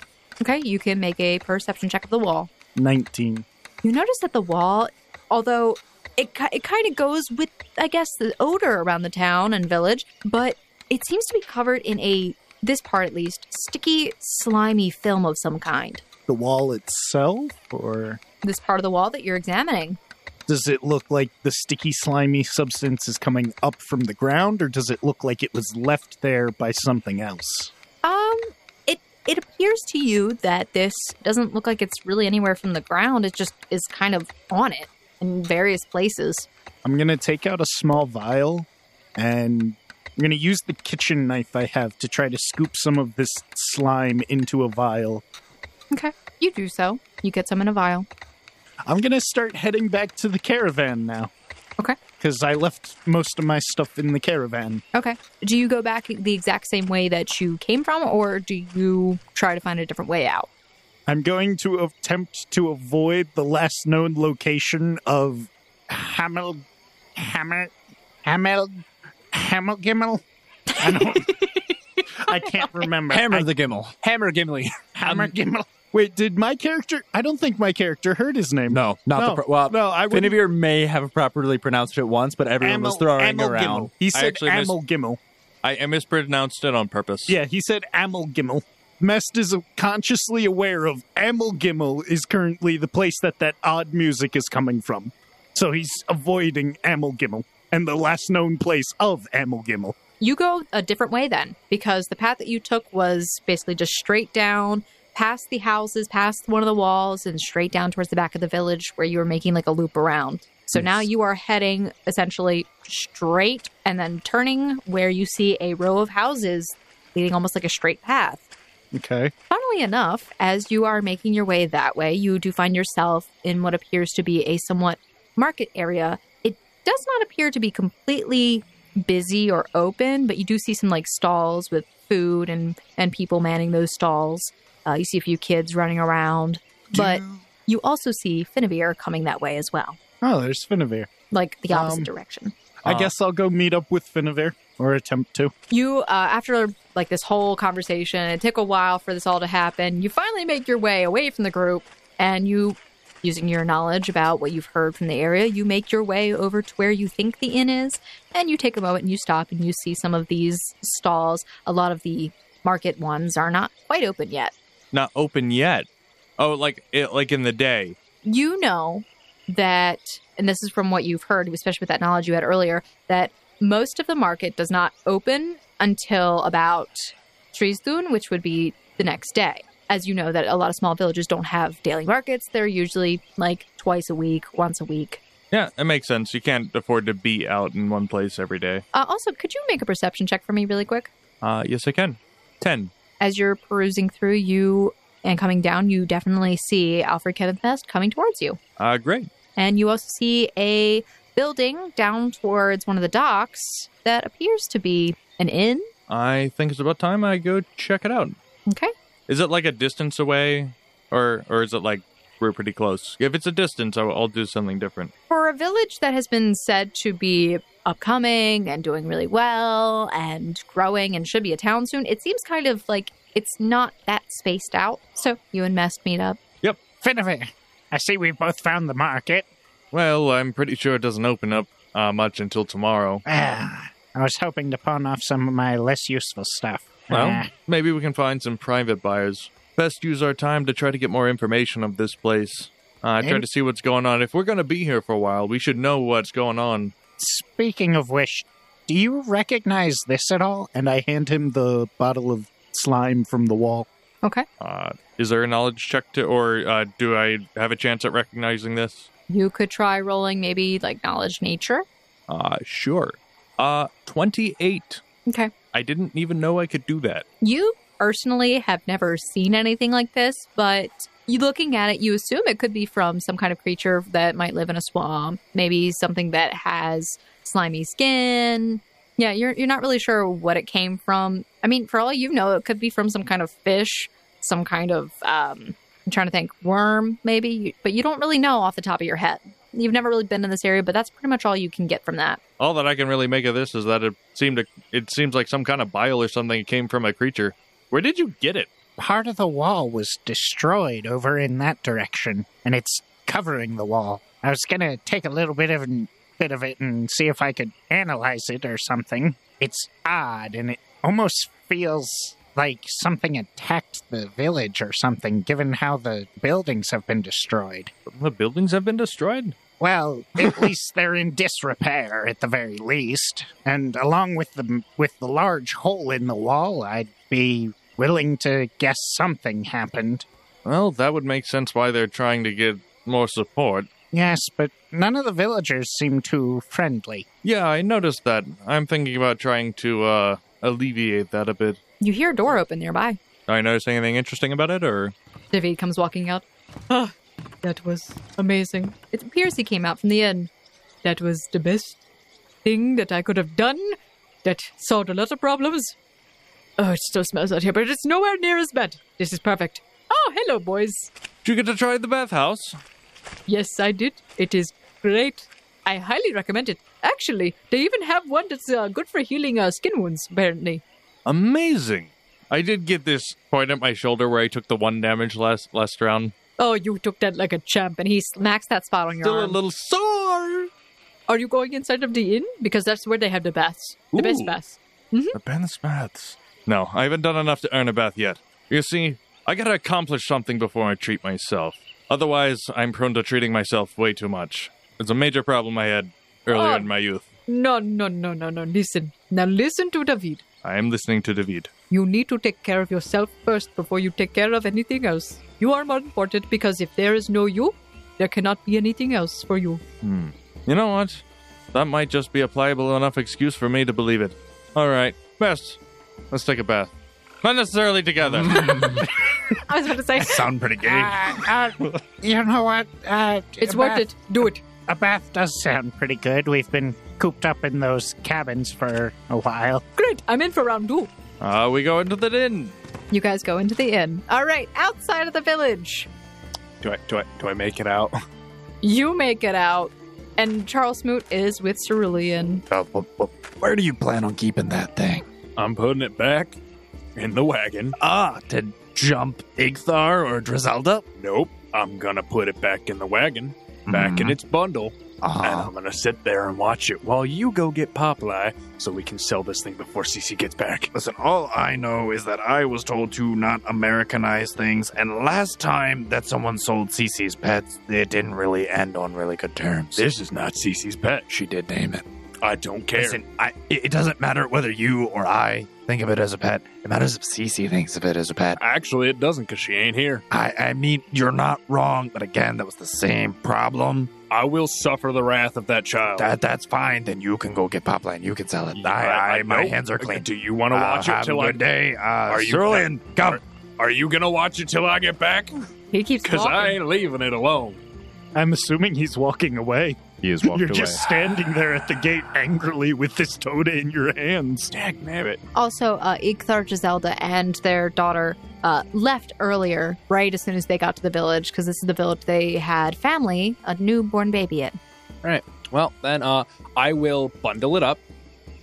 Speaker 9: Okay, you can make a perception check of the wall.
Speaker 5: 19.
Speaker 9: You notice that the wall, although it ki- it kind of goes with I guess the odor around the town and village, but it seems to be covered in a this part at least sticky, slimy film of some kind.
Speaker 5: The wall itself, or
Speaker 9: This part of the wall that you're examining.
Speaker 5: does it look like the sticky, slimy substance is coming up from the ground, or does it look like it was left there by something else?
Speaker 9: Um, it it appears to you that this doesn't look like it's really anywhere from the ground. It just is kind of on it in various places.
Speaker 5: I'm going to take out a small vial and I'm going to use the kitchen knife I have to try to scoop some of this slime into a vial.
Speaker 9: Okay, you do so. You get some in a vial.
Speaker 5: I'm going to start heading back to the caravan now.
Speaker 9: Okay.
Speaker 5: Because I left most of my stuff in the caravan.
Speaker 9: Okay. Do you go back the exact same way that you came from, or do you try to find a different way out?
Speaker 5: I'm going to attempt to avoid the last known location of Hamel. Hammer. Hamel. Hamel Gimmel? I don't. I can't remember.
Speaker 10: Hammer
Speaker 5: I-
Speaker 10: the Gimmel. Um, Hammer Gimli.
Speaker 5: Hammer Gimmel. Wait, did my character? I don't think my character heard his name.
Speaker 10: No, not the pro- well.
Speaker 5: no, I wouldn't-
Speaker 10: Finnebeer may have properly pronounced it once, but everyone was
Speaker 5: Amel-
Speaker 10: throwing
Speaker 5: Amel
Speaker 10: around.
Speaker 5: Gimmel. He said
Speaker 10: actually missed-
Speaker 5: Amel Gimmel.
Speaker 4: I, I mispronounced it on purpose.
Speaker 5: Yeah, he said Amel Gimmel. Mest is consciously aware of Amel Gimmel is currently the place that that odd music is coming from. So he's avoiding Amel Gimmel and the last known place of Amel Gimmel.
Speaker 9: You go a different way then, because the path that you took was basically just straight down, past the houses, past one of the walls, and straight down towards the back of the village where you were making like a loop around. So now you are heading essentially straight and then turning where you see a row of houses leading almost like a straight path.
Speaker 5: Okay.
Speaker 9: Funnily enough, as you are making your way that way, you do find yourself in what appears to be a somewhat market area. It does not appear to be completely busy or open, but you do see some like stalls with food and and people manning those stalls. Uh, you see a few kids running around, but you also see Finnevere coming that way as well,
Speaker 5: Oh, there's Finnever.
Speaker 9: like the opposite
Speaker 5: Um,
Speaker 9: direction.
Speaker 5: I guess I'll go meet up with Finnever or attempt to.
Speaker 9: you uh, after like this whole conversation it took a while for this all to happen you finally make your way away from the group and you using your knowledge about what you've heard from the area you make your way over to where you think the inn is and you take a moment and you stop and you see some of these stalls a lot of the market ones are not quite open yet
Speaker 4: Not open yet. Oh, like it, like in the day.
Speaker 9: you know that, and this is from what you've heard, especially with that knowledge you had earlier, that most of the market does not open until about Trisdun, which would be the next day. As you know, that a lot of small villages don't have daily markets. They're usually like twice a week, once a week.
Speaker 4: Yeah, it makes sense. You can't afford to be out in one place every day.
Speaker 9: Uh, also, could you make a perception check for me really quick?
Speaker 4: Uh, yes, I can. Ten.
Speaker 9: As you're perusing through you and coming down, you definitely see Alfred Kevin Fest coming towards you.
Speaker 4: Uh, great.
Speaker 9: And you also see a building down towards one of the docks that appears to be an inn.
Speaker 4: I think it's about time I go check it out.
Speaker 9: Okay.
Speaker 4: Is it like a distance away, or or is it like we're pretty close? If it's a distance, I'll, I'll do something different.
Speaker 9: For a village that has been said to be upcoming and doing really well and growing and should be a town soon, it seems kind of like it's not that spaced out. So you and Mest meet up.
Speaker 4: Yep.
Speaker 11: Finnever, I see we've both found the market.
Speaker 4: Well, I'm pretty sure it doesn't open up uh, much until tomorrow.
Speaker 11: Ah, I was hoping to pawn off some of my less useful stuff.
Speaker 4: Well,
Speaker 5: Uh,
Speaker 11: Ah,
Speaker 4: maybe we can find some private buyers. Best use our time to try to get more information of this place. Uh, I try
Speaker 11: Maybe-
Speaker 4: to see what's going on. If we're going to be here for a while, we should know what's going on.
Speaker 11: speaking of which,
Speaker 5: Do you recognize this at all? And I hand him the bottle of slime from the wall.
Speaker 9: Okay.
Speaker 4: Uh, is there a knowledge check to, or uh, do I have a chance at recognizing this?
Speaker 9: You could try rolling maybe like knowledge nature.
Speaker 4: Uh, sure. Uh, 28.
Speaker 9: Okay.
Speaker 4: I didn't even know I could do that.
Speaker 9: You personally have never seen anything like this, but you looking at it, you assume it could be from some kind of creature that might live in a swamp, maybe something that has slimy skin. Yeah, you're you're not really sure what it came from. I mean, for all you know, it could be from some kind of fish, some kind of um, I'm trying to think worm, maybe. You- But you don't really know off the top of your head. You've never really been in this area, but that's pretty much all you can get from that.
Speaker 4: All that I can really make of this is that it seemed to, it seems like some kind of bile or something came from a creature. Where did you get it?
Speaker 11: part of the wall was destroyed over in that direction, and it's covering the wall. I was gonna take a little bit of bit of it and see if I could analyze it or something. It's odd, and it almost feels like something attacked the village or something, given how the buildings have been destroyed.
Speaker 4: The buildings have been destroyed.
Speaker 11: Well, at least they're in disrepair at the very least. And along with the with the large hole in the wall, I'd be willing to guess something happened.
Speaker 4: Well, that would make sense why they're trying to get more support.
Speaker 11: Yes, but none of the villagers seem too friendly.
Speaker 4: Yeah, I noticed that. I'm thinking about trying to uh, alleviate that a bit.
Speaker 9: You hear a door open nearby.
Speaker 4: Did I notice anything interesting about it, or
Speaker 9: David comes walking out. Ah, that was amazing. It appears he came out from the inn.
Speaker 16: That was the best thing that I could have done. That solved a lot of problems. Oh, it still smells out here, but it's nowhere near as bad. This is perfect. Oh, hello, boys.
Speaker 4: did you get to try the bathhouse?
Speaker 16: Yes, I did. It is great. I highly recommend it. Actually, they even have one that's uh, good for healing uh, skin wounds, apparently.
Speaker 4: Amazing. I did get this point at my shoulder where I took the one damage last last round.
Speaker 16: Oh, you took that like a champ, and he smacks that spot on your
Speaker 4: Still a
Speaker 16: arm.
Speaker 4: little sore.
Speaker 16: Are you going inside of the inn? Because that's where they have the baths. The best
Speaker 4: Ooh.
Speaker 16: baths.
Speaker 7: Mm-hmm.
Speaker 4: The Ben's baths. No, I haven't done enough to earn a bath yet. You see, I gotta accomplish something before I treat myself. Otherwise, I'm prone to treating myself way too much. It's a major problem I had earlier
Speaker 16: Oh.
Speaker 4: in my youth.
Speaker 16: No, no, no, no, no. Listen. Now listen to David.
Speaker 4: I am listening to David.
Speaker 16: You need to take care of yourself first before you take care of anything else. You are more important because if there is no you, there cannot be anything else for you.
Speaker 4: Hmm. You know what? That might just be a pliable enough excuse for me to believe it. All right, best. Let's take a bath. Not necessarily together.
Speaker 16: I was about to say.
Speaker 4: Sound pretty gay.
Speaker 11: Uh, uh, you know what? Uh,
Speaker 16: It's worth it. Do it.
Speaker 11: A bath does sound pretty good. We've been cooped up in those cabins for a while.
Speaker 16: Great. I'm in for round two.
Speaker 4: Uh, we go into the inn.
Speaker 9: You guys go into the inn. All right, outside of the village.
Speaker 10: Do I do I do I make it out?
Speaker 9: You make it out, and Charles Smoot is with Cerulean.
Speaker 7: Uh,
Speaker 22: Where do you plan on keeping that thing?
Speaker 10: I'm putting it back in the wagon.
Speaker 22: Ah, to jump Igthar or Drizelda?
Speaker 10: Nope. I'm gonna put it back in the wagon, back in
Speaker 22: Mhm.
Speaker 10: its bundle,
Speaker 22: Ah.
Speaker 10: and I'm gonna sit there and watch it while you go get Popeye, so we can sell this thing before CC gets back.
Speaker 7: Listen, all I know is that I was told to not Americanize things, and last time that someone sold Cece's pets, it didn't really end on really good terms.
Speaker 10: This is not Cece's pet.
Speaker 7: She did name it.
Speaker 10: I don't care.
Speaker 7: Listen, I, it it doesn't matter whether you or I think of it as a pet. It matters if Cece thinks of it as a pet.
Speaker 10: Actually, it doesn't because she ain't here.
Speaker 7: I, I mean, you're not wrong, but again, that was the same problem.
Speaker 10: I will suffer the wrath of that child.
Speaker 7: That that's fine. Then you can go get Popline. You can sell it. I, I,
Speaker 10: I-
Speaker 7: my
Speaker 10: nope.
Speaker 7: hands are clean.
Speaker 10: Do you wanna
Speaker 7: Uh,
Speaker 10: watch it
Speaker 7: Have
Speaker 10: till
Speaker 7: a
Speaker 10: I-
Speaker 7: good day. Uh,
Speaker 10: Are you-
Speaker 7: Cerulean, come.
Speaker 10: Are you gonna watch it till I get back?
Speaker 16: He keeps
Speaker 10: Because I ain't leaving it alone.
Speaker 5: I'm assuming he's walking away.
Speaker 23: He is
Speaker 5: You're just standing there at the gate angrily with this toad in your hands.
Speaker 10: Dag it.
Speaker 9: Also, uh, Igthar, Giselda, and their daughter uh, left earlier, right as soon as they got to the village, because this is the village they had family, a newborn baby at.
Speaker 10: All right. Well, then uh, I will bundle it up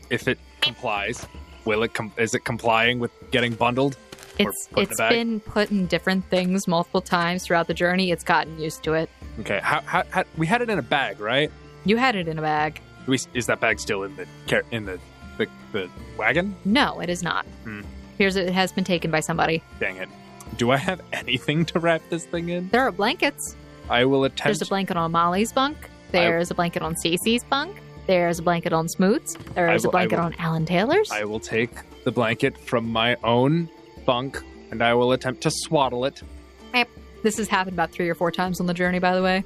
Speaker 10: if it complies. Will it? Com- is it complying with getting bundled?
Speaker 9: It's
Speaker 10: put in
Speaker 9: it's
Speaker 10: the bag?
Speaker 9: been put in different things multiple times throughout the journey. It's gotten used to it.
Speaker 10: Okay. How, how, how, we had it in a bag, right?
Speaker 9: You had it in a bag.
Speaker 10: Do we, is that bag still in the car- in the the, the wagon?
Speaker 9: No, it is not.
Speaker 10: Hmm.
Speaker 9: Here's it has been taken by somebody.
Speaker 10: Dang it! Do I have anything to wrap this thing in?
Speaker 9: There are blankets.
Speaker 10: I will attempt.
Speaker 9: There's a blanket on Molly's bunk. There's a blanket on Cece's bunk. There's a blanket on Smoot's. There's
Speaker 10: will-
Speaker 9: a blanket
Speaker 10: I will-
Speaker 9: on Alan Taylor's.
Speaker 10: I will take the blanket from my own bunk and I will attempt to swaddle it.
Speaker 9: Yep. This has happened about three or four times on the journey, by the way.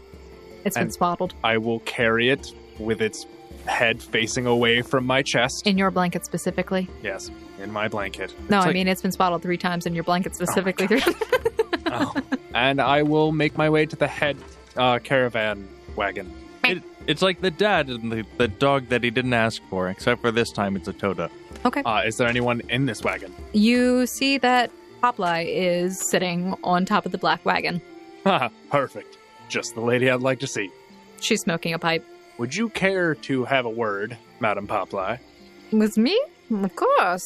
Speaker 9: It's been
Speaker 10: And-
Speaker 9: swaddled
Speaker 10: I will carry it with its head facing away from my chest.
Speaker 9: in your blanket specifically.
Speaker 10: Yes, in my blanket.
Speaker 9: No,
Speaker 10: It's
Speaker 9: I
Speaker 10: like-
Speaker 9: mean it's been swaddled three times in your
Speaker 12: Oh
Speaker 9: blanket specifically.
Speaker 10: and I will make my way to the head uh, caravan wagon.
Speaker 4: It, it's like the dad and the, the dog that he didn't ask for, except for this time it's a Toda.
Speaker 9: okay.
Speaker 10: Uh, is there anyone in this wagon?
Speaker 9: You see that Popeye is sitting on top of the black wagon.
Speaker 10: Haha, Perfect. Just the lady I'd like to see.
Speaker 9: She's smoking a pipe.
Speaker 10: Would you care to have a word, Madam Popeye?
Speaker 12: With me? Of course.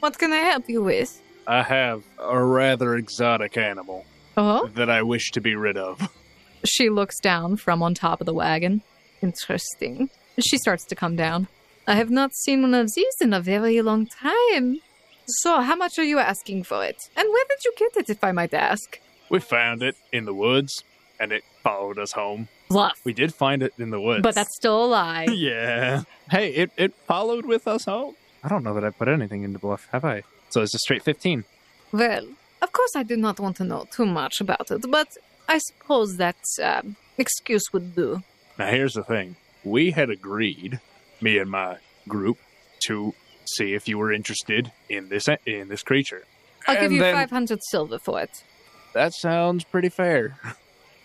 Speaker 12: What can I help you with?
Speaker 10: I have a rather exotic animal
Speaker 12: Uh-huh.
Speaker 9: Oh,
Speaker 10: that I wish to be rid of.
Speaker 9: she looks down from on top of the wagon.
Speaker 12: Interesting.
Speaker 9: She starts to come down.
Speaker 12: I have not seen one of these in a very long time. So, how much are you asking for it? And where did you get it, if I might ask?
Speaker 10: We found it in the woods, and it followed us home.
Speaker 9: Bluff.
Speaker 10: We did find it in the woods.
Speaker 9: But that's still a lie.
Speaker 10: yeah. Hey, it, it followed with us home. I don't know that I put anything into bluff, have I? So it's a straight 15.
Speaker 12: Well, of course, I do not want to know too much about it, but I suppose that uh, excuse would do.
Speaker 10: Now, here's the thing. We had agreed, me and my group, to see if you were interested in this in this creature.
Speaker 12: I'll give
Speaker 10: And
Speaker 12: you
Speaker 10: then-
Speaker 12: 500 silver for it.
Speaker 10: That sounds pretty fair.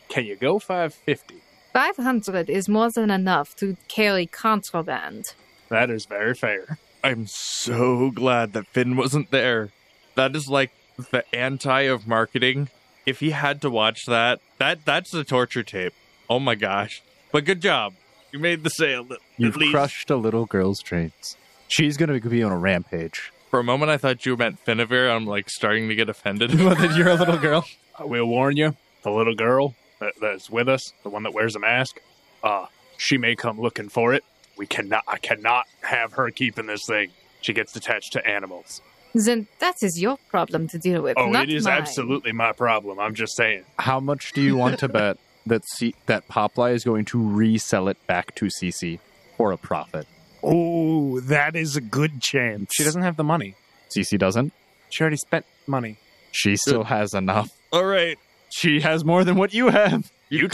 Speaker 10: Can you go 550?
Speaker 12: 500 is more than enough to carry contraband.
Speaker 10: That is very fair.
Speaker 4: I'm so glad that Finn wasn't there. That is like the anti of marketing. If he had to watch that, that that's the torture tape. Oh my gosh. But good job. You made the sale. at-
Speaker 23: You've
Speaker 4: at least.
Speaker 23: crushed a little girl's dreams. She's going to be on a rampage.
Speaker 21: For a moment, I thought you meant Finnever. I'm like starting to get offended.
Speaker 10: that you're a little girl. We'll warn you. The little girl that, that's with us, the one that wears a mask, uh, she may come looking for it. We cannot. I cannot have her keeping this thing. She gets attached to animals.
Speaker 24: Then that is your problem to deal with.
Speaker 10: Oh,
Speaker 24: not
Speaker 10: it is
Speaker 24: mine.
Speaker 10: absolutely my problem. I'm just saying.
Speaker 25: How much do you want to bet that C- that Popeye is going to resell it back to Cece for a profit?
Speaker 5: Oh, that is a good chance.
Speaker 10: She doesn't have the money.
Speaker 25: Cece doesn't.
Speaker 10: She already spent money.
Speaker 25: She still has enough.
Speaker 21: All right.
Speaker 10: She has more than what you have.
Speaker 25: You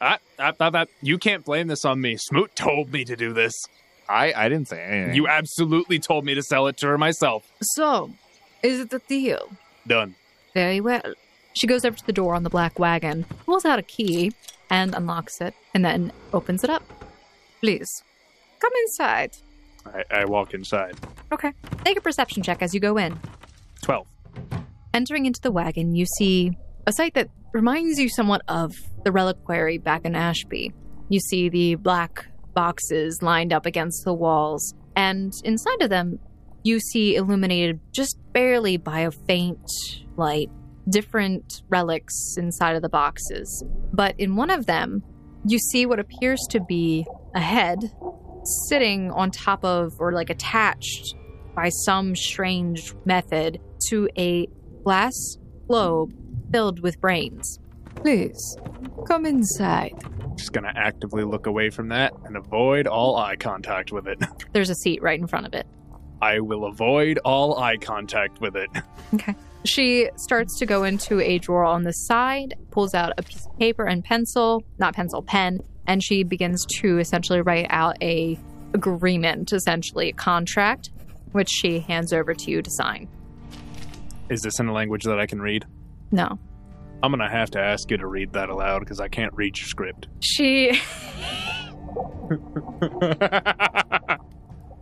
Speaker 10: I, I thought that you can't blame this on me. Smoot told me to do this.
Speaker 25: I, I didn't say anything.
Speaker 10: You absolutely told me to sell it to her myself.
Speaker 12: So, is it the deal?
Speaker 10: Done.
Speaker 12: Very well.
Speaker 9: She goes over to the door on the black wagon, pulls out a key, and unlocks it, and then opens it up.
Speaker 12: Please, come inside.
Speaker 10: I, I walk inside.
Speaker 9: Okay. Make a perception check as you go in.
Speaker 10: 12.
Speaker 9: Entering into the wagon, you see a sight that reminds you somewhat of the reliquary back in Ashby. You see the black boxes lined up against the walls, and inside of them, you see illuminated just barely by a faint light different relics inside of the boxes. But in one of them, you see what appears to be a head sitting on top of or like attached by some strange method to a glass globe filled with brains.
Speaker 12: Please, come inside.
Speaker 10: Just gonna actively look away from that and avoid all eye contact with it.
Speaker 9: There's a seat right in front of it.
Speaker 10: I will avoid all eye contact with it.
Speaker 9: Okay. She starts to go into a drawer on the side, pulls out a piece of paper and pencil, not pencil, pen, and she begins to essentially write out a agreement, essentially a contract, which she hands over to you to sign.
Speaker 10: Is this in a language that I can read?
Speaker 9: No.
Speaker 10: I'm gonna have to ask you to read that aloud because I can't read your script.
Speaker 9: She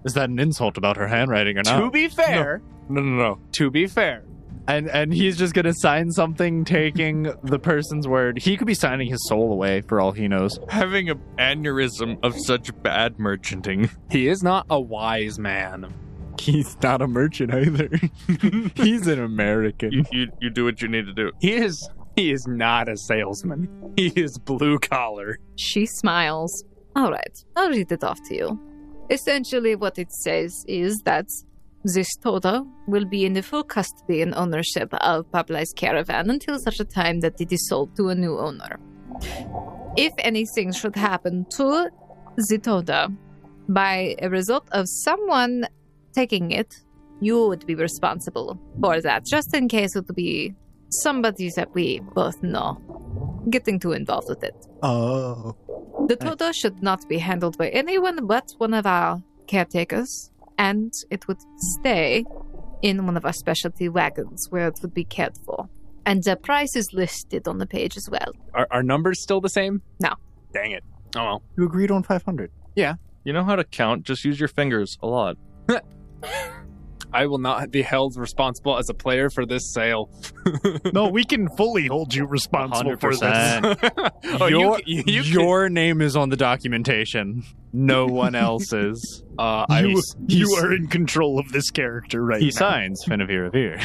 Speaker 25: Is that an insult about her handwriting or not?
Speaker 13: To be fair,
Speaker 25: no, no, no.
Speaker 10: To be fair,
Speaker 25: and and he's just gonna sign something, taking the person's word. He could be signing his soul away for all he knows.
Speaker 21: Having an aneurysm of such bad merchanting.
Speaker 10: He is not a wise man.
Speaker 25: He's not a merchant either. he's an American.
Speaker 21: You, you, you do what you need to do.
Speaker 10: He is he is not a salesman. He is blue collar.
Speaker 12: She smiles.
Speaker 24: All right, I'll read it off to you.
Speaker 12: Essentially, what it says is that this Toto will be in the full custody and ownership of Pablai's caravan until such a time that it is sold to a new owner. If anything should happen to the Toto by a result of someone taking it, you would be responsible for that, just in case it would be somebody that we both know getting too involved with it.
Speaker 5: Oh.
Speaker 12: The Toto should not be handled by anyone but one of our caretakers, and it would stay in one of our specialty wagons where it would be cared for. And the price is listed on the page as well.
Speaker 10: Are are numbers still the same?
Speaker 12: No.
Speaker 10: Dang it. Oh well.
Speaker 25: You agreed on 500.
Speaker 10: Yeah.
Speaker 21: You know how to count, just use your fingers a lot.
Speaker 10: I will not be held responsible as a player for this sale.
Speaker 5: no, we can fully hold you responsible for this.
Speaker 10: Oh, you
Speaker 25: your
Speaker 10: c- you- you can-
Speaker 25: your name is on the documentation. No one else's.
Speaker 10: Uh,
Speaker 25: I-
Speaker 5: you,
Speaker 25: he
Speaker 5: you
Speaker 25: s-
Speaker 5: are in control of this character right
Speaker 25: He
Speaker 5: now.
Speaker 25: signs Finavir Revere.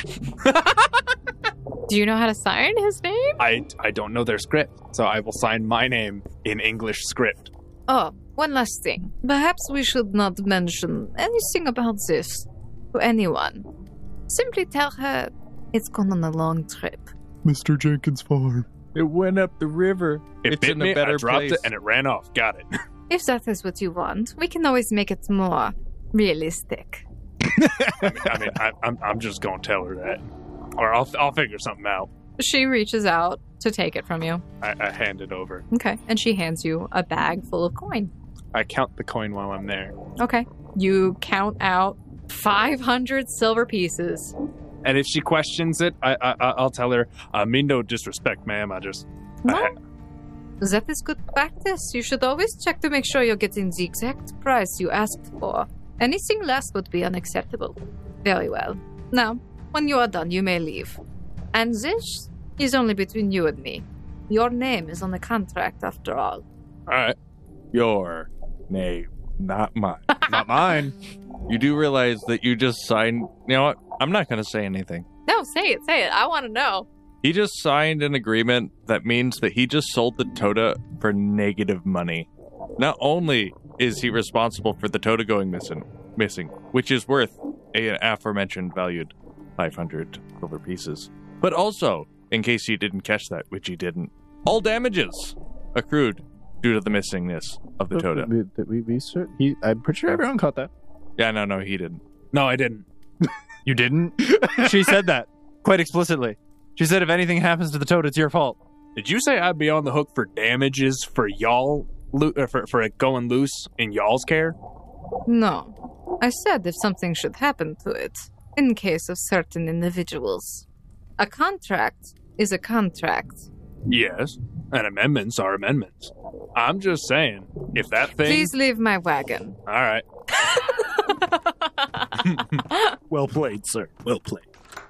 Speaker 12: Do you know how to sign his name?
Speaker 10: I I don't know their script, so I will sign my name in English script.
Speaker 12: Oh, one last thing. Perhaps we should not mention anything about this to anyone. Simply tell her it's gone on a long trip.
Speaker 25: Mr. Jenkins Farm.
Speaker 21: It went up the river.
Speaker 10: It
Speaker 21: it's
Speaker 10: bit
Speaker 21: in
Speaker 10: me,
Speaker 21: a better
Speaker 10: I dropped
Speaker 21: place.
Speaker 10: it, and it ran off. Got it.
Speaker 12: If that is what you want, we can always make it more realistic.
Speaker 10: I mean, I, I'm I'm just gonna tell her that, or I'll I'll figure something out.
Speaker 9: she reaches out to take it from you.
Speaker 10: I, I hand it over.
Speaker 9: Okay. And she hands you a bag full of coin.
Speaker 10: I count the coin while I'm there,
Speaker 9: Okay. You count out 500 silver pieces.
Speaker 10: and if she questions it, I, I I- I'll tell her. I mean no disrespect, ma'am. I just
Speaker 12: That is good practice. You should always check to make sure you're getting the exact price you asked for. Anything less would be unacceptable. Very well. Now, when you are done, you may leave. And this is only between you and me. Your name is on the contract, after all.
Speaker 21: All right. Your name, not mine.
Speaker 25: Not mine.
Speaker 4: You do realize that you just signed. You know what? I'm not going to say anything.
Speaker 16: No, say it, say it. I want to know.
Speaker 4: He just signed an agreement that means that he just sold the Toda for negative money. Not only is he responsible for the Toda going missing, missing, which is worth an aforementioned valued 500 silver pieces, but also, in case you didn't catch that, which you didn't, all damages accrued due to the missingness of the Toda.
Speaker 5: Did, did we research? He, I'm pretty sure everyone caught that.
Speaker 4: Yeah, no, no, he didn't.
Speaker 26: No, I didn't.
Speaker 5: You didn't?
Speaker 26: she said that quite explicitly. She said, if anything happens to the toad, it's your fault.
Speaker 10: Did you say I'd be on the hook for damages for y'all lo- or for for it going loose in y'all's care?
Speaker 12: No. I said if something should happen to it, in case of certain individuals. A contract is a contract.
Speaker 10: Yes, and amendments are amendments. I'm just saying, if that thing.
Speaker 12: Please leave my wagon.
Speaker 10: All right.
Speaker 27: well played, sir. Well played.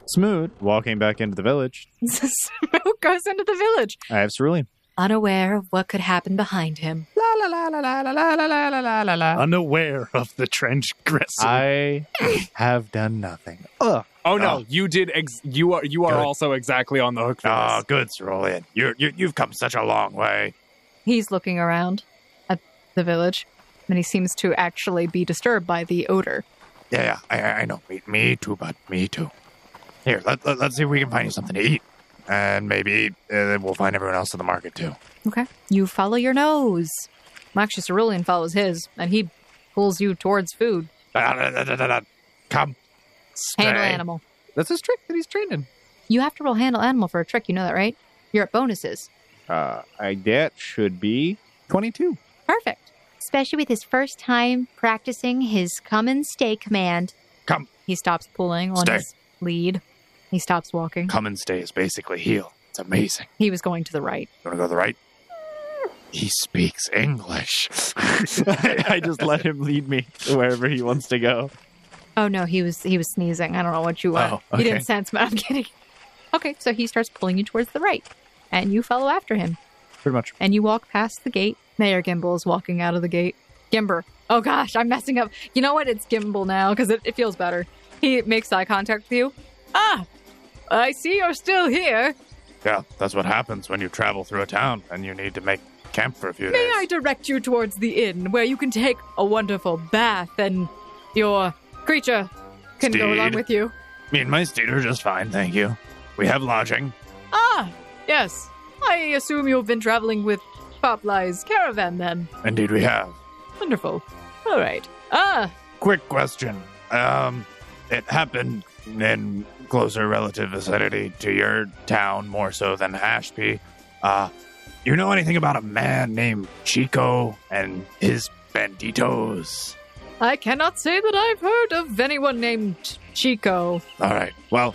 Speaker 5: Smoot walking back into the village.
Speaker 16: Smoke goes into the village,
Speaker 5: I have cerulean.
Speaker 16: unaware of what could happen behind him.
Speaker 5: La la la la la la la la la la la la.
Speaker 27: Unaware of the transgressor.
Speaker 5: I have done nothing. Ugh.
Speaker 10: Oh no, you did. Ex- you are you are
Speaker 5: Good.
Speaker 10: also exactly on the hook for
Speaker 7: Oh,
Speaker 10: this.
Speaker 7: good, Cerulean. You're, you you've come such a long way.
Speaker 16: He's looking around at the village, and he seems to actually be disturbed by the odor.
Speaker 7: Yeah, yeah, I, I- I know. Me, me too, bud. Me too. Here, let, let, us see if we can find you something to eat. And maybe uh, we'll find everyone else in the market, too.
Speaker 16: Okay. You follow your nose. Well, Actually, Cerulean follows his, and he pulls you towards food.
Speaker 7: Da-da-da-da-da-da. Come.
Speaker 16: Handle
Speaker 7: Stay.
Speaker 16: animal.
Speaker 5: That's his trick that he's training.
Speaker 16: You have to roll handle animal for a trick. You know that, right? You're at bonuses.
Speaker 5: Uh, I that should be twenty-two.
Speaker 16: Perfect.
Speaker 9: Especially with his first time practicing his come and stay command.
Speaker 7: Come.
Speaker 16: He stops pulling on
Speaker 7: Stay.
Speaker 16: his lead. He stops walking.
Speaker 7: Come and stay is basically heal. It's amazing.
Speaker 16: He was going to the right.
Speaker 7: You want to go to the right? He speaks English.
Speaker 5: I just let him lead me wherever he wants to go.
Speaker 16: Oh no, he was he was sneezing. I don't know what you were.
Speaker 5: Oh,
Speaker 16: He
Speaker 5: okay.
Speaker 16: didn't sense, but I'm kidding. Okay, so he starts pulling you towards the right, and you follow after him,
Speaker 5: Pretty much.
Speaker 16: and you walk past the gate. Mayor Gimbal is walking out of the gate. Gimber. Oh gosh, I'm messing up. You know what? It's Gimbal now because it, it feels better. He makes eye contact with you. Ah, I see you're still here.
Speaker 7: yeah, that's what happens when you travel through a town and you need to make camp for a few
Speaker 16: May
Speaker 7: days.
Speaker 16: I direct you towards the inn where you can take a wonderful bath and your creature can go along
Speaker 7: Steed.
Speaker 16: with you?
Speaker 7: Me and my steed are just fine, thank you. We have lodging.
Speaker 16: Ah, yes. I assume you've been traveling with Poplai's caravan then.
Speaker 7: Indeed, we have.
Speaker 16: Wonderful. All right. Ah,
Speaker 7: Quick question. Um, it happened in closer relative vicinity to your town, more so than Ashby. Uh, you know anything about a man named Chico and his banditos?
Speaker 16: I cannot say that I've heard of anyone named Chico.
Speaker 7: All right. Well,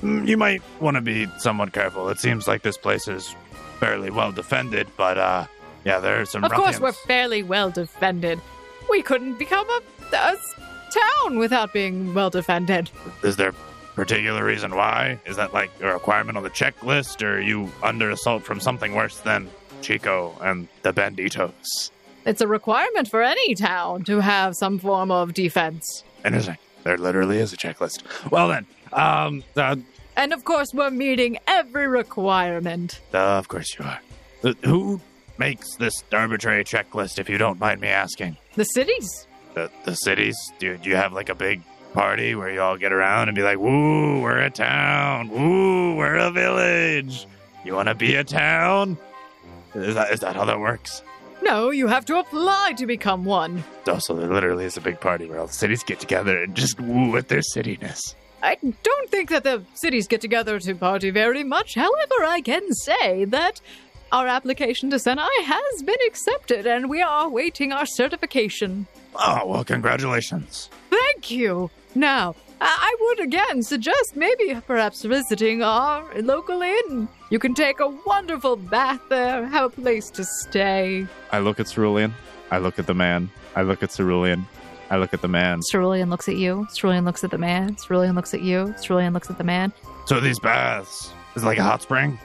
Speaker 7: mm, you might want to be somewhat careful. It seems like this place is fairly well defended, but uh, yeah, there are some.
Speaker 16: Of course,
Speaker 7: ruffians.
Speaker 16: we're fairly well defended. We couldn't become a, a s- town without being well defended.
Speaker 7: Is there particular reason why? Is that like a requirement on the checklist, or are you under assault from something worse than Chico and the Banditos?
Speaker 16: It's a requirement for any town to have some form of defense.
Speaker 7: Interesting. There literally is a checklist. Well then, um, uh,
Speaker 16: And of course, we're meeting every requirement.
Speaker 7: uh, of course you are. Uh, who makes this arbitrary checklist? If you don't mind me asking,
Speaker 16: The cities.
Speaker 7: the the cities. Do, do you have like a big party where you all get around and be like, "Woo, we're a town. Woo, we're a village. You want to be a town?" Is that is that how that works?
Speaker 16: No, you have to apply to become one.
Speaker 7: Also, there literally is a big party where all the cities get together and just woo at their cityness.
Speaker 16: I don't think that the cities get together to party very much. However, I can say that our application to Senai has been accepted and we are awaiting our certification.
Speaker 7: Oh, well, congratulations.
Speaker 16: Thank you. Now, I I would again suggest maybe perhaps visiting our local inn. You can take a wonderful bath there, have a place to stay.
Speaker 5: I look at Cerulean. I look at the man. I look at Cerulean. I look at the man.
Speaker 16: Cerulean looks at you. Cerulean looks at the man. Cerulean looks at you. Cerulean looks at the man.
Speaker 7: So these baths is it like a hot spring?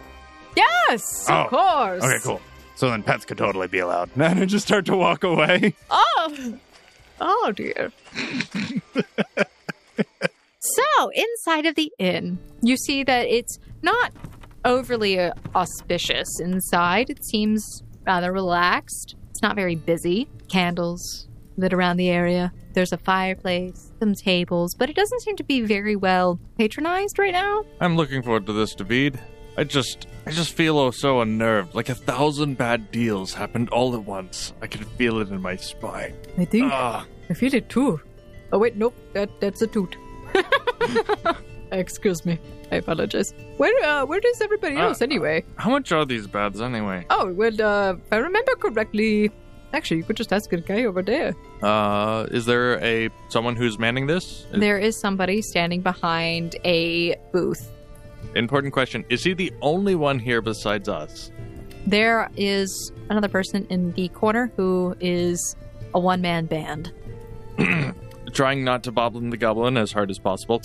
Speaker 16: Yes, of
Speaker 7: Oh,
Speaker 16: course.
Speaker 7: Okay, cool. So then pets could totally be allowed.
Speaker 26: And I just start to walk away.
Speaker 16: Oh,
Speaker 28: Oh dear. so, inside of the inn, you see that it's not overly uh, auspicious inside. It seems rather relaxed. It's not very busy. Candles lit around the area. There's a fireplace, some tables, but it doesn't seem to be very well patronized right now.
Speaker 4: I'm looking forward to this, David. I just, I just feel oh so unnerved. Like a thousand bad deals happened all at once. I can feel it in my spine.
Speaker 16: I think
Speaker 4: Ah.
Speaker 16: I feel it too. Oh wait, nope. That that's a toot. Excuse me. I apologize. Where uh, where is everybody
Speaker 4: Ah.
Speaker 16: else anyway?
Speaker 4: How much are these beds anyway?
Speaker 16: Oh well, uh, if I remember correctly, actually, you could just ask the guy over there.
Speaker 4: Uh, is there a someone who's manning this?
Speaker 28: There is somebody standing behind a booth.
Speaker 4: Important question. Is he the only one here besides us?
Speaker 28: There is another person in the corner who is a one man band.
Speaker 4: Trying not to bobbling the goblin as hard as possible.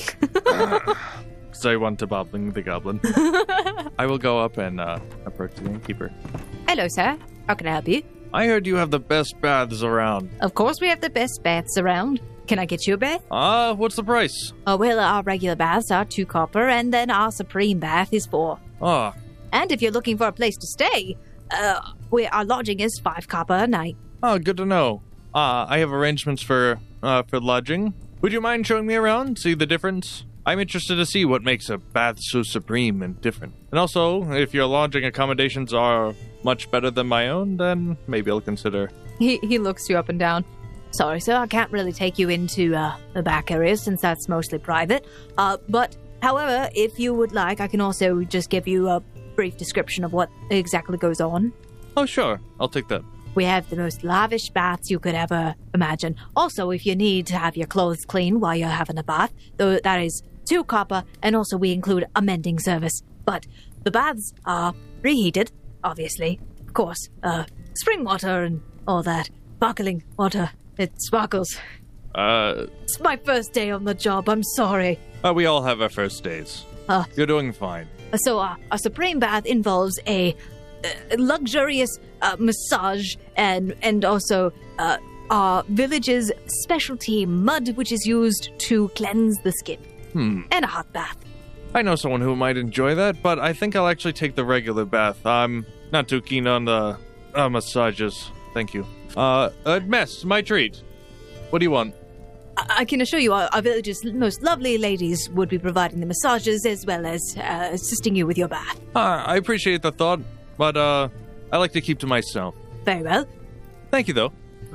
Speaker 4: Because I want to bobbling the goblin. I will go up and uh, approach the innkeeper.
Speaker 28: Hello, sir. How can I help you?
Speaker 4: I heard you have the best baths around.
Speaker 28: Of course, we have the best baths around. Can I get you a bath?
Speaker 4: Ah, what's the price?
Speaker 28: Oh,
Speaker 29: Uh,
Speaker 28: well, our regular baths are two copper, and then our supreme bath is four.
Speaker 4: Ah,
Speaker 29: And if you're looking for a place to stay, uh, we, our lodging is five copper a night.
Speaker 4: oh, good to know. Uh, I have arrangements for uh, for lodging. Would you mind showing me around? See the difference? I'm interested to see what makes a bath so supreme and different. And also, if your lodging accommodations are much better than my own, then maybe I'll consider.
Speaker 28: He, he looks you up and down.
Speaker 29: Sorry, sir, I can't really take you into uh, the back area since that's mostly private. Uh, but, however, if you would like, I can also just give you a brief description of what exactly goes on.
Speaker 4: Oh, sure, I'll take that.
Speaker 29: We have the most lavish baths you could ever imagine. Also, if you need to have your clothes clean while you're having a bath, though that is two copper, and also we include a mending service. But the baths are reheated, obviously, of course. Uh, spring water and all that, sparkling water. It sparkles.
Speaker 4: Uh,
Speaker 29: It's my first day on the job. I'm sorry.
Speaker 4: uh, we all have our first days.
Speaker 29: Uh,
Speaker 4: You're doing fine.
Speaker 29: So, uh, a supreme bath involves a uh, luxurious uh, massage and and also uh, our village's specialty mud, which is used to cleanse the skin,
Speaker 4: Hmm.
Speaker 29: and a hot bath.
Speaker 4: I know someone who might enjoy that, but I think I'll actually take the regular bath. I'm not too keen on the uh, massages. Thank you. Uh, uh, mess, my treat. What do you want?
Speaker 29: I, I can assure you, our, our village's most lovely ladies would be providing the massages as well as uh, assisting you with your bath.
Speaker 4: Uh, I appreciate the thought, but uh, I like to keep to myself.
Speaker 29: Very well.
Speaker 4: Thank you, though.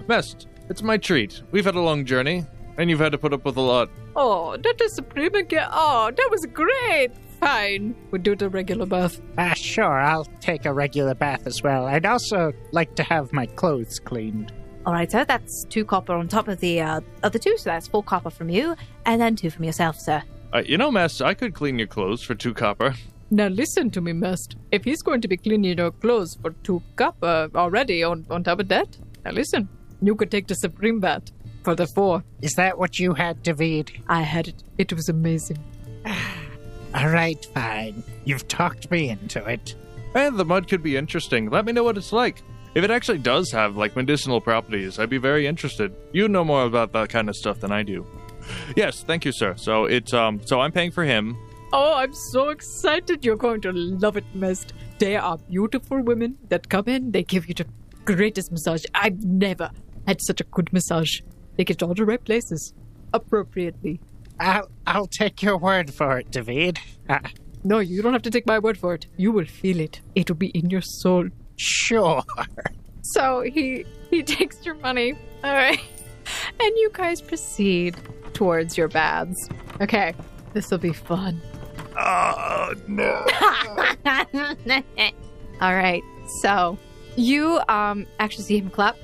Speaker 4: Mess, it's my treat. We've had a long journey, and you've had to put up with a lot.
Speaker 16: Oh, that is supreme again. Oh, that was great. Fine, we do the regular bath.
Speaker 11: Ah, sure, I'll take a regular bath as well. I'd also like to have my clothes cleaned.
Speaker 29: All right, sir. That's two copper on top of the uh, of the two, so that's four copper from you, and then two from yourself, sir.
Speaker 4: Uh, you know, Mess, I could clean your clothes for two copper.
Speaker 16: Now listen to me, Must. If he's going to be cleaning your clothes for two copper already on, on top of that, now listen, you could take the supreme bat for the four.
Speaker 11: Is that what you had, David?
Speaker 16: I had it. It was amazing.
Speaker 11: All right, fine. You've talked me into it.
Speaker 4: And the mud could be interesting. Let me know what it's like. If it actually does have like medicinal properties, I'd be very interested. You know more about that kind of stuff than I do. Yes, thank you, sir. So it's um so I'm paying for him.
Speaker 16: Oh, I'm so excited. You're going to love it, Must. There are beautiful women that come in, they give you the greatest massage. I've never had such a good massage. They get all the right places, appropriately.
Speaker 11: I'll, I'll take your word for it, David. Uh,
Speaker 16: No, you don't have to take my word for it. You will feel it. It'll be in your soul.
Speaker 11: Sure.
Speaker 9: So he he takes your money. All right. And you guys proceed towards your baths.
Speaker 16: Okay, this will be fun.
Speaker 5: Oh, no.
Speaker 9: All right. So you um actually see him clap.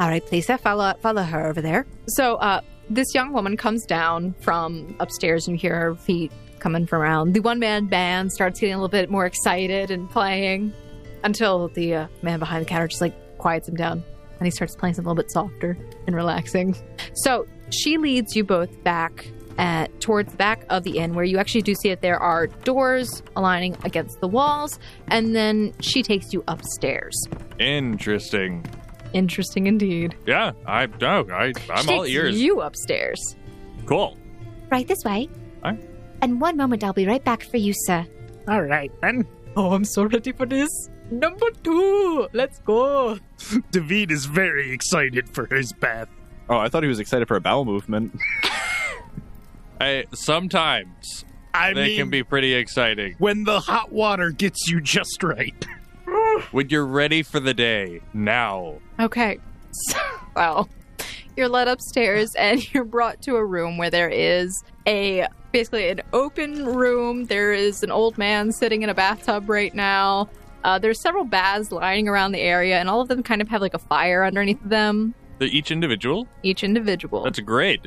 Speaker 29: All right, please, sir. Follow follow her over there.
Speaker 9: So uh this young woman comes down from upstairs and you hear her feet coming from around. The one man band starts getting a little bit more excited and playing until the uh, man behind the counter just like quiets him down and he starts playing something a little bit softer and relaxing. So she leads you both back at, towards the back of the inn where you actually do see that there are doors aligning against the walls and then she takes you upstairs.
Speaker 4: Interesting.
Speaker 9: Interesting indeed.
Speaker 4: Yeah, I no, I I'm
Speaker 9: She
Speaker 4: all
Speaker 9: takes
Speaker 4: ears.
Speaker 9: You upstairs.
Speaker 4: Cool.
Speaker 8: Right this way.
Speaker 4: All right.
Speaker 8: And one moment, I'll be right back for you, sir.
Speaker 30: All right, then.
Speaker 16: Oh, I'm so ready for this. Number two, let's go.
Speaker 5: David is very excited for his bath.
Speaker 7: Oh, I thought he was excited for a bowel movement.
Speaker 4: I sometimes
Speaker 5: I
Speaker 4: they
Speaker 5: mean-
Speaker 4: can be pretty exciting
Speaker 5: When the hot water gets you just right.
Speaker 4: when you're ready for the day. Now,
Speaker 9: Okay. So, well, you're led upstairs and you're brought to a room where there is a basically an open room. There is an old man sitting in a bathtub right now. Uh, there's several baths lying around the area, and all of them kind of have like a fire underneath them,
Speaker 4: they're each individual.
Speaker 9: each individual.
Speaker 4: That's great.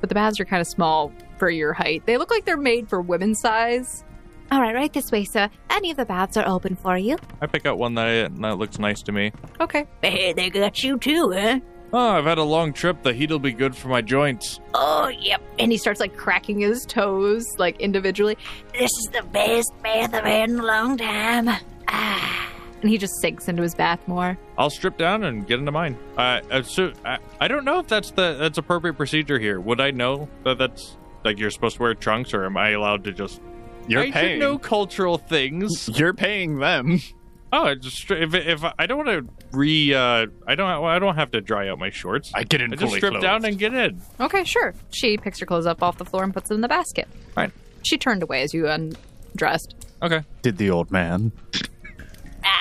Speaker 9: but the baths are kind of small for your height. They look like they're made for women's size.
Speaker 8: All right, right this way, sir. Any of the baths are open for you.
Speaker 4: I pick out one that that looks nice to me.
Speaker 9: Okay.
Speaker 29: Hey, they got you too, huh?
Speaker 4: Oh, I've had a long trip. The heat'll be good for my joints.
Speaker 29: Oh, yep.
Speaker 9: And he starts like cracking his toes, like individually.
Speaker 29: This is the best bath I've had in a long time. Ah.
Speaker 9: And he just sinks into his bath more.
Speaker 4: I'll strip down and get into mine. Uh, uh, so, I, I don't know if that's the that's appropriate procedure here. Would I know that that's like you're supposed to wear trunks, or am I allowed to just?
Speaker 7: You're
Speaker 4: I should
Speaker 7: paying.
Speaker 4: know cultural things.
Speaker 7: You're paying them.
Speaker 4: Oh, I just stri- if, if I don't want to re, uh, I don't I don't have to dry out my shorts. I
Speaker 10: get in
Speaker 4: I just
Speaker 10: fully
Speaker 4: strip down
Speaker 10: clothed.
Speaker 4: and get in.
Speaker 9: Okay, sure. She picks her clothes up off the floor and puts them in the basket.
Speaker 4: Fine.
Speaker 9: She turned away as you undressed.
Speaker 4: Okay.
Speaker 7: Did the old man?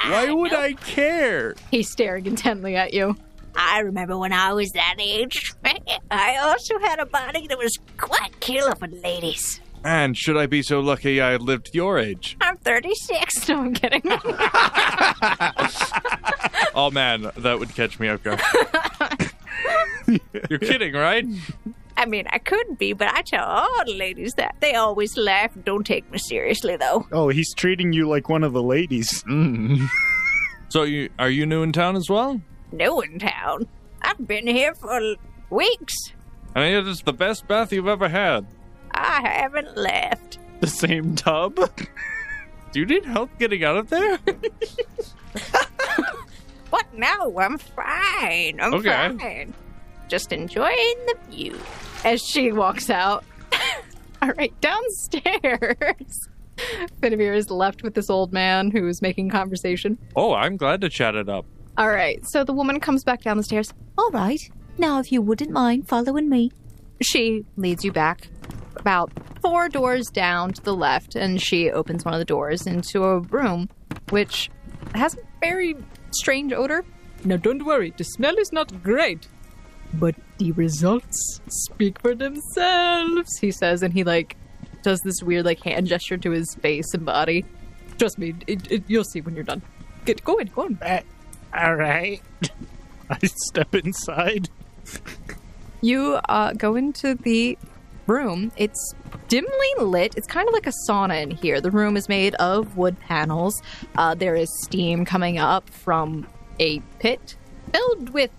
Speaker 4: Why would I care?
Speaker 9: He's staring intently at you.
Speaker 29: I remember when I was that age, I also had a body that was quite killer for ladies.
Speaker 4: And should I be so lucky I lived your age?
Speaker 29: I'm 36.
Speaker 9: No, I'm kidding.
Speaker 4: oh man, that would catch me off guard. You're kidding, right?
Speaker 29: I mean, I could be, but I tell all the ladies that. They always laugh and don't take me seriously, though.
Speaker 5: Oh, he's treating you like one of the ladies. Mm.
Speaker 4: So you are you new in town as well?
Speaker 29: New in town. I've been here for l- weeks.
Speaker 4: I mean, it is the best bath you've ever had.
Speaker 29: I haven't left.
Speaker 4: The same tub? Do you need help getting out of there?
Speaker 29: But no, I'm fine. I'm
Speaker 4: Okay.
Speaker 29: fine. Just enjoying the view.
Speaker 9: as she walks out. All right, downstairs. Finavir is left with this old man who's making conversation.
Speaker 4: Oh, I'm glad to chat it up.
Speaker 9: All right, so the woman comes back down the stairs.
Speaker 8: All right. Now, if you wouldn't mind following me.
Speaker 9: She leads you back about four doors down to the left, and she opens one of the doors into a room which has a very strange odor.
Speaker 16: Now, don't worry, the smell is not great, but the results speak for themselves.
Speaker 9: He says, and he like does this weird like hand gesture to his face and body. Trust me, it, it, you'll see when you're done. Get go in, go in.
Speaker 5: Uh, All right. I step inside.
Speaker 9: You uh, go into the room. It's dimly lit. It's kind of like a sauna in here. The room is made of wood panels. Uh, there is steam coming up from a pit filled with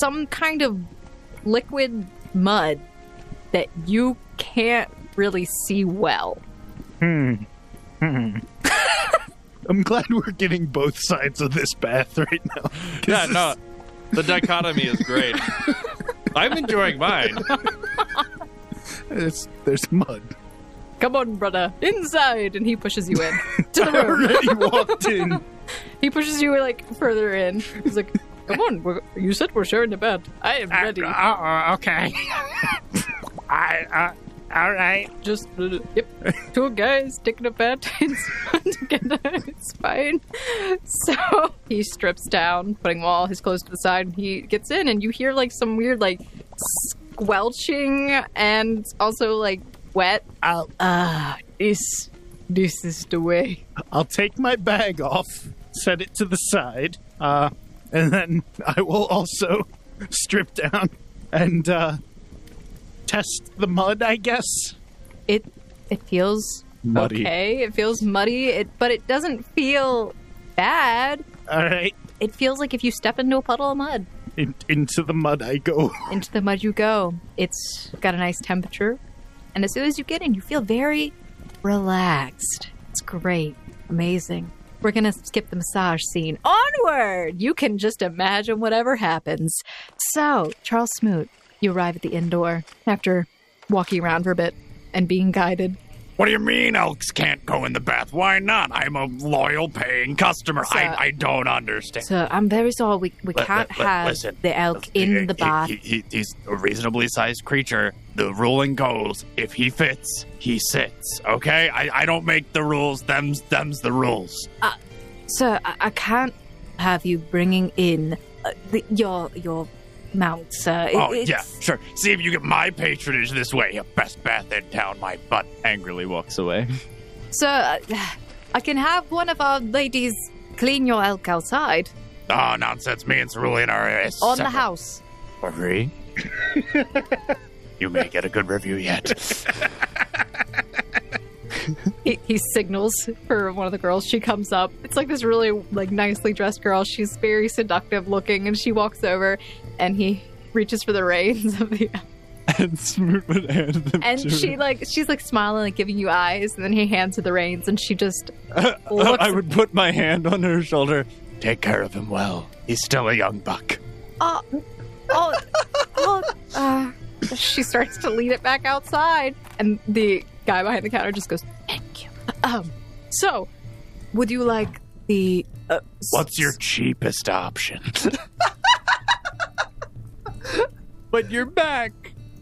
Speaker 9: some kind of liquid mud that you can't really see well.
Speaker 5: Hmm. Hmm. I'm glad we're getting both sides of this bath right now. 'Cause
Speaker 4: Yeah,
Speaker 5: this-
Speaker 4: no. The dichotomy is great. I'm enjoying mine.
Speaker 5: it's- there's mud.
Speaker 9: Come on, brother, inside! And he pushes you in to the
Speaker 5: I
Speaker 9: room.
Speaker 5: already walked in.
Speaker 9: He pushes you like further in. He's like, "Come on, we're, you said we're sharing a bed. I am ready."
Speaker 30: Oh, okay. I, uh, all right.
Speaker 16: Just, uh, yep, two guys taking a bath It's
Speaker 9: together. It's fine. So he strips down, putting all his clothes to the side, and he gets in, and you hear like some weird like squelching and also like wet.
Speaker 5: I'll,
Speaker 30: uh,
Speaker 16: ah, this, this is the way.
Speaker 5: I'll take my bag off, set it to the side, uh, and then I will also strip down and uh, test the mud, I guess.
Speaker 9: It it feels
Speaker 5: Muddy.
Speaker 9: Okay, it feels muddy, it but it doesn't feel bad.
Speaker 5: All right.
Speaker 9: It feels like if you step into a puddle of mud.
Speaker 5: In- into the mud I go.
Speaker 9: Into the mud you go. It's got a nice temperature. And as soon as you get in, you feel very relaxed. It's great. Amazing.
Speaker 16: We're going to skip the massage scene. Onward! You can just imagine whatever happens. So, Charles Smoot, you arrive at the inn door after walking around for a bit and being guided.
Speaker 7: What do you mean elks can't go in the bath? Why not? I'm a loyal paying customer.
Speaker 9: Sir.
Speaker 7: I, I don't understand.
Speaker 9: So I'm very sorry we, we
Speaker 7: Li-
Speaker 9: can't
Speaker 7: li- li-
Speaker 9: have
Speaker 7: listen.
Speaker 9: the elk in the bath.
Speaker 7: He, he, he's a reasonably sized creature. The ruling goes: if he fits, he sits. Okay, I, I don't make the rules. Them's them's the rules.
Speaker 9: Uh, sir, I, I can't have you bringing in uh, the, your your mount, sir. It-
Speaker 7: oh
Speaker 9: it's-
Speaker 7: yeah, sure. See if you get my patronage this way. Your best bath in town. My butt angrily walks away.
Speaker 12: So, uh, I can have one of our ladies clean your elk outside
Speaker 7: Oh nonsense! Me and Cerulean are uh, separate.
Speaker 12: on the house.
Speaker 7: Marie, you may get a good review yet.
Speaker 16: He, he signals for one of the girls. She comes up. It's like this really like nicely dressed girl. She's very seductive looking, and she walks over, and he reaches for the reins of the
Speaker 31: and Smoot would hand them
Speaker 16: and
Speaker 31: to
Speaker 16: she
Speaker 31: her.
Speaker 16: like she's like smiling, like giving you eyes, and then he hands her the reins, and she just looks.
Speaker 31: I would put my hand on her shoulder.
Speaker 7: Take care of him well. He's still a young buck.
Speaker 16: oh, oh, oh, uh, she starts to lead it back outside, and the guy behind the counter just goes, "Thank you." Um, so would you like the? Uh, s-
Speaker 7: What's your cheapest option?
Speaker 32: But you're back.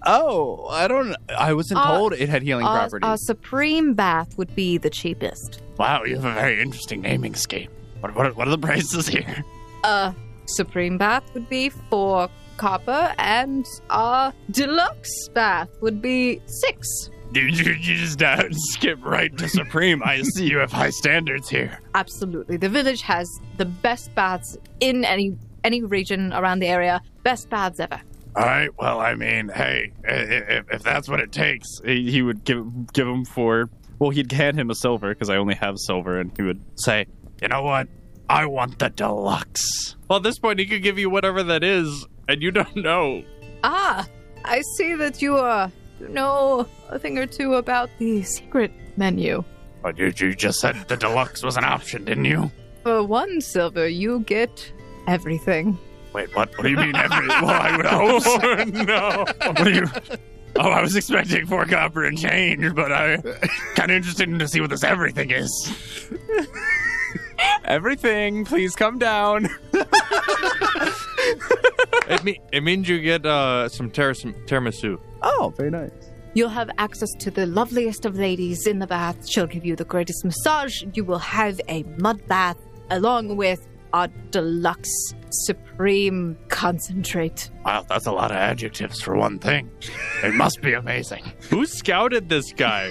Speaker 31: Oh, I don't. I wasn't
Speaker 9: Uh,
Speaker 12: Our-
Speaker 31: told it had healing
Speaker 12: our,
Speaker 31: properties.
Speaker 12: Our Uh, supreme bath would be the cheapest.
Speaker 7: Wow, you have a very interesting naming scheme. What, what, what are the prices here?
Speaker 12: Uh, supreme bath would be four copper, and our deluxe bath would be six.
Speaker 7: Dude, you, you just uh, skip right to Supreme. I see you have high standards here.
Speaker 12: Absolutely, the village has the best baths in any any region around the area. Best baths ever.
Speaker 7: All right, well, I mean, hey, i- i- if, if that's what it takes.
Speaker 32: He he would give give him four. Well, he'd hand him a silver because I only have silver, and he would say,
Speaker 7: You know what? I want the deluxe.
Speaker 4: Well, at this point, he could give you whatever that is, and you don't know.
Speaker 12: Ah, I see that you uh know a thing or two about the secret menu.
Speaker 7: But you, you just said the deluxe was an option, didn't you?
Speaker 12: For one silver, you get everything.
Speaker 7: Wait, what? What do you mean every? well, I would hope.
Speaker 4: Oh,
Speaker 7: so. no. What do you? Oh, I was expecting four copper and change, but I kind of interested in to see what this everything is.
Speaker 32: "Everything, please come down."
Speaker 4: It, me- it means you get uh, some teras- tiramisu.
Speaker 32: Oh, very nice.
Speaker 33: You'll have access to the loveliest of ladies in the bath. She'll give you the greatest massage. You will have a mud bath along with
Speaker 9: Our deluxe supreme concentrate.
Speaker 7: Wow, that's a lot of adjectives for one thing. It must be amazing.
Speaker 4: Who scouted this guy?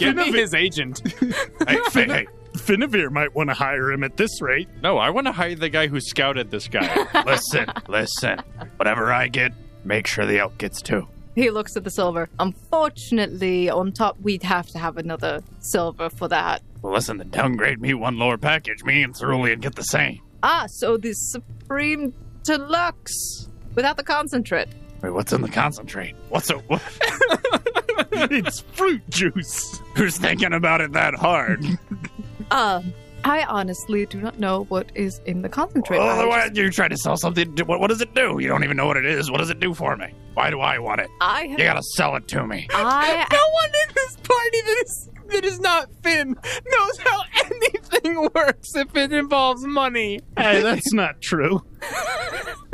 Speaker 32: Give me his agent.
Speaker 7: Hey, Fin- hey,
Speaker 5: Finavir might want to hire him at this rate.
Speaker 4: No, I want to hire the guy who scouted this guy.
Speaker 7: listen, listen. Whatever I get, make sure the elk gets too.
Speaker 12: He looks at the silver. Unfortunately, on top, we'd have to have another silver for that.
Speaker 7: Well, listen, then downgrade me one lower package. Me and Cerulean get the same.
Speaker 12: Ah, so the supreme deluxe without the concentrate.
Speaker 7: Wait, what's in the concentrate? What's a what?
Speaker 5: it's fruit juice.
Speaker 7: Who's thinking about it that hard?
Speaker 12: Um, I honestly do not know what is in the concentrate.
Speaker 7: Well,
Speaker 12: I,
Speaker 7: why
Speaker 12: just-
Speaker 7: you try to sell something? What, what does it do? You don't even know what it is. What does it do for me? Why do I want it?
Speaker 12: I
Speaker 7: You
Speaker 12: have.
Speaker 7: gotta sell it to me.
Speaker 12: I
Speaker 10: No one in this party that is that is not Finn knows how anything works if it involves money.
Speaker 5: Hey, that's not true.
Speaker 31: what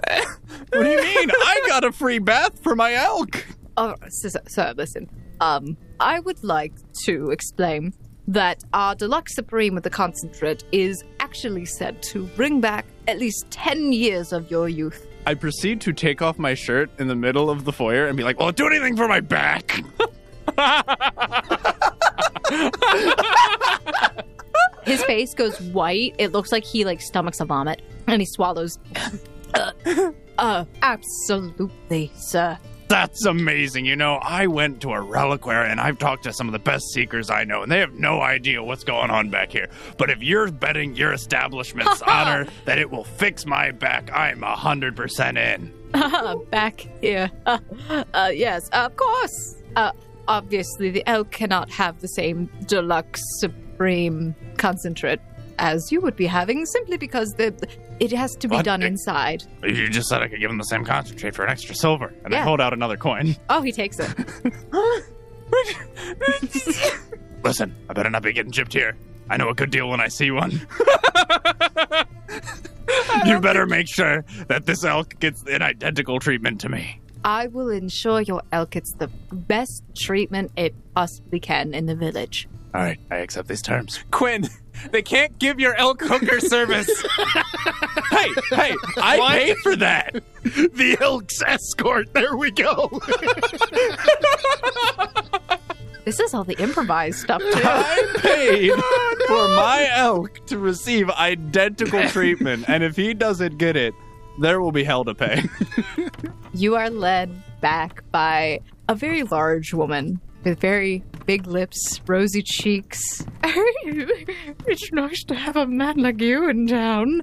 Speaker 31: do you mean? I got a free bath for my elk.
Speaker 12: Oh, sir, sir, listen. Um, I would like to explain that our deluxe supreme with the concentrate is actually said to bring back at least ten years of your youth.
Speaker 32: I proceed to take off my shirt in the middle of the foyer and be like,
Speaker 7: Well, do anything for my back.
Speaker 16: His face goes white. It looks like he like stomachs a vomit, and he swallows.
Speaker 12: Uh, absolutely, sir.
Speaker 7: That's amazing. You know, I went to a reliquary and I've talked to some of the best seekers I know, and they have no idea what's going on back here. But if you're betting your establishment's honor that it will fix my back, I'm 100% in.
Speaker 12: Back here. Uh, uh, yes, of course. Uh, obviously, the elk cannot have the same deluxe
Speaker 9: Supreme concentrate as you would be having simply because the, it has to be
Speaker 7: What?
Speaker 9: done
Speaker 7: It-
Speaker 9: inside.
Speaker 7: You just said I could give him the same concentrate for an extra silver, and I
Speaker 9: Yeah.
Speaker 7: hold out another coin.
Speaker 9: Oh, he takes it.
Speaker 7: Listen, I better not be getting gypped here. I know a good deal when I see one. you better make sure that this elk gets an identical treatment to me.
Speaker 9: I will ensure your elk gets the best treatment it possibly can in the village.
Speaker 7: All right, I accept these terms.
Speaker 10: Quinn, they can't give your elk hooker service. hey, hey,
Speaker 7: I
Speaker 10: What?
Speaker 7: paid for that.
Speaker 10: the elk's escort. There we go.
Speaker 9: This is all the improvised stuff, too.
Speaker 34: paid for my elk to receive identical treatment, and if he doesn't get it, there will be hell to pay.
Speaker 9: You are led back by a very large woman with very big lips, rosy cheeks. it's nice to have a man like you in town.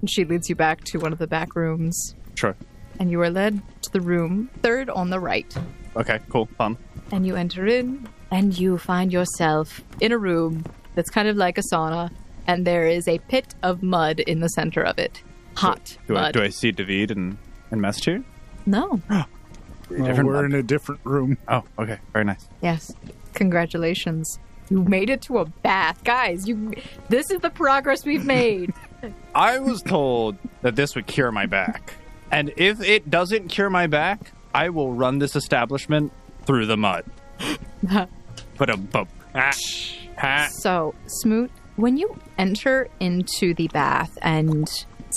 Speaker 9: And she leads you back to one of the back rooms.
Speaker 34: Sure.
Speaker 9: And you are led to the room third on the right.
Speaker 34: Okay, cool, fun.
Speaker 9: And you enter in, and you find yourself in a room that's kind of like a sauna, and there is a pit of mud in the center of it. Hot
Speaker 34: Do I,
Speaker 9: mud.
Speaker 34: do I see David and, and Mess too?
Speaker 9: No.
Speaker 5: Well, we're in a different room.
Speaker 34: Oh, okay, very nice.
Speaker 9: Yes. Congratulations. You made it to a bath. Guys, you this is the progress we've made.
Speaker 34: I was told that this would cure my back. And if it doesn't cure my back, I will run this establishment through the mud. Put a bump.
Speaker 7: Ah.
Speaker 9: so, Smoot, when you enter into the bath and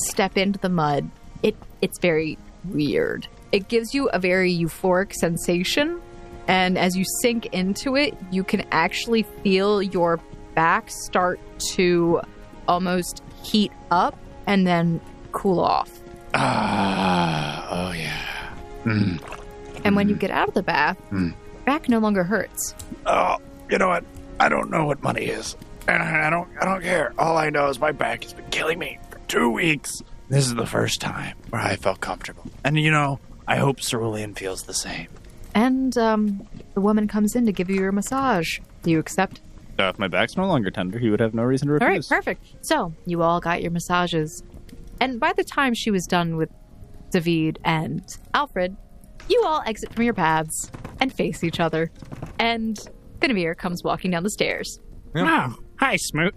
Speaker 9: step into the mud, it it's very weird. It gives you a very euphoric sensation, and as you sink into it, you can actually feel your back start to almost heat up and then cool off.
Speaker 7: Ah, oh yeah. Mm,
Speaker 9: And when you get out of the bath,
Speaker 7: mm.
Speaker 9: back no longer hurts.
Speaker 7: Oh, you know what? I don't know what money is, and I I don't. I don't care. All I know is my back has been killing me for two weeks. This is the first time where I felt comfortable, and you know, I hope Cerulean feels the same.
Speaker 9: And um, the woman comes in to give you your massage. Do you accept?
Speaker 34: Uh, if my back's no longer tender, he would have no reason to
Speaker 9: All right,
Speaker 34: refuse.
Speaker 9: perfect. So you all got your massages. And by the time she was done with David and Alfred, you all exit from your paths and face each other. And Guinevere comes walking down the stairs.
Speaker 11: Oh, hi, Smoot.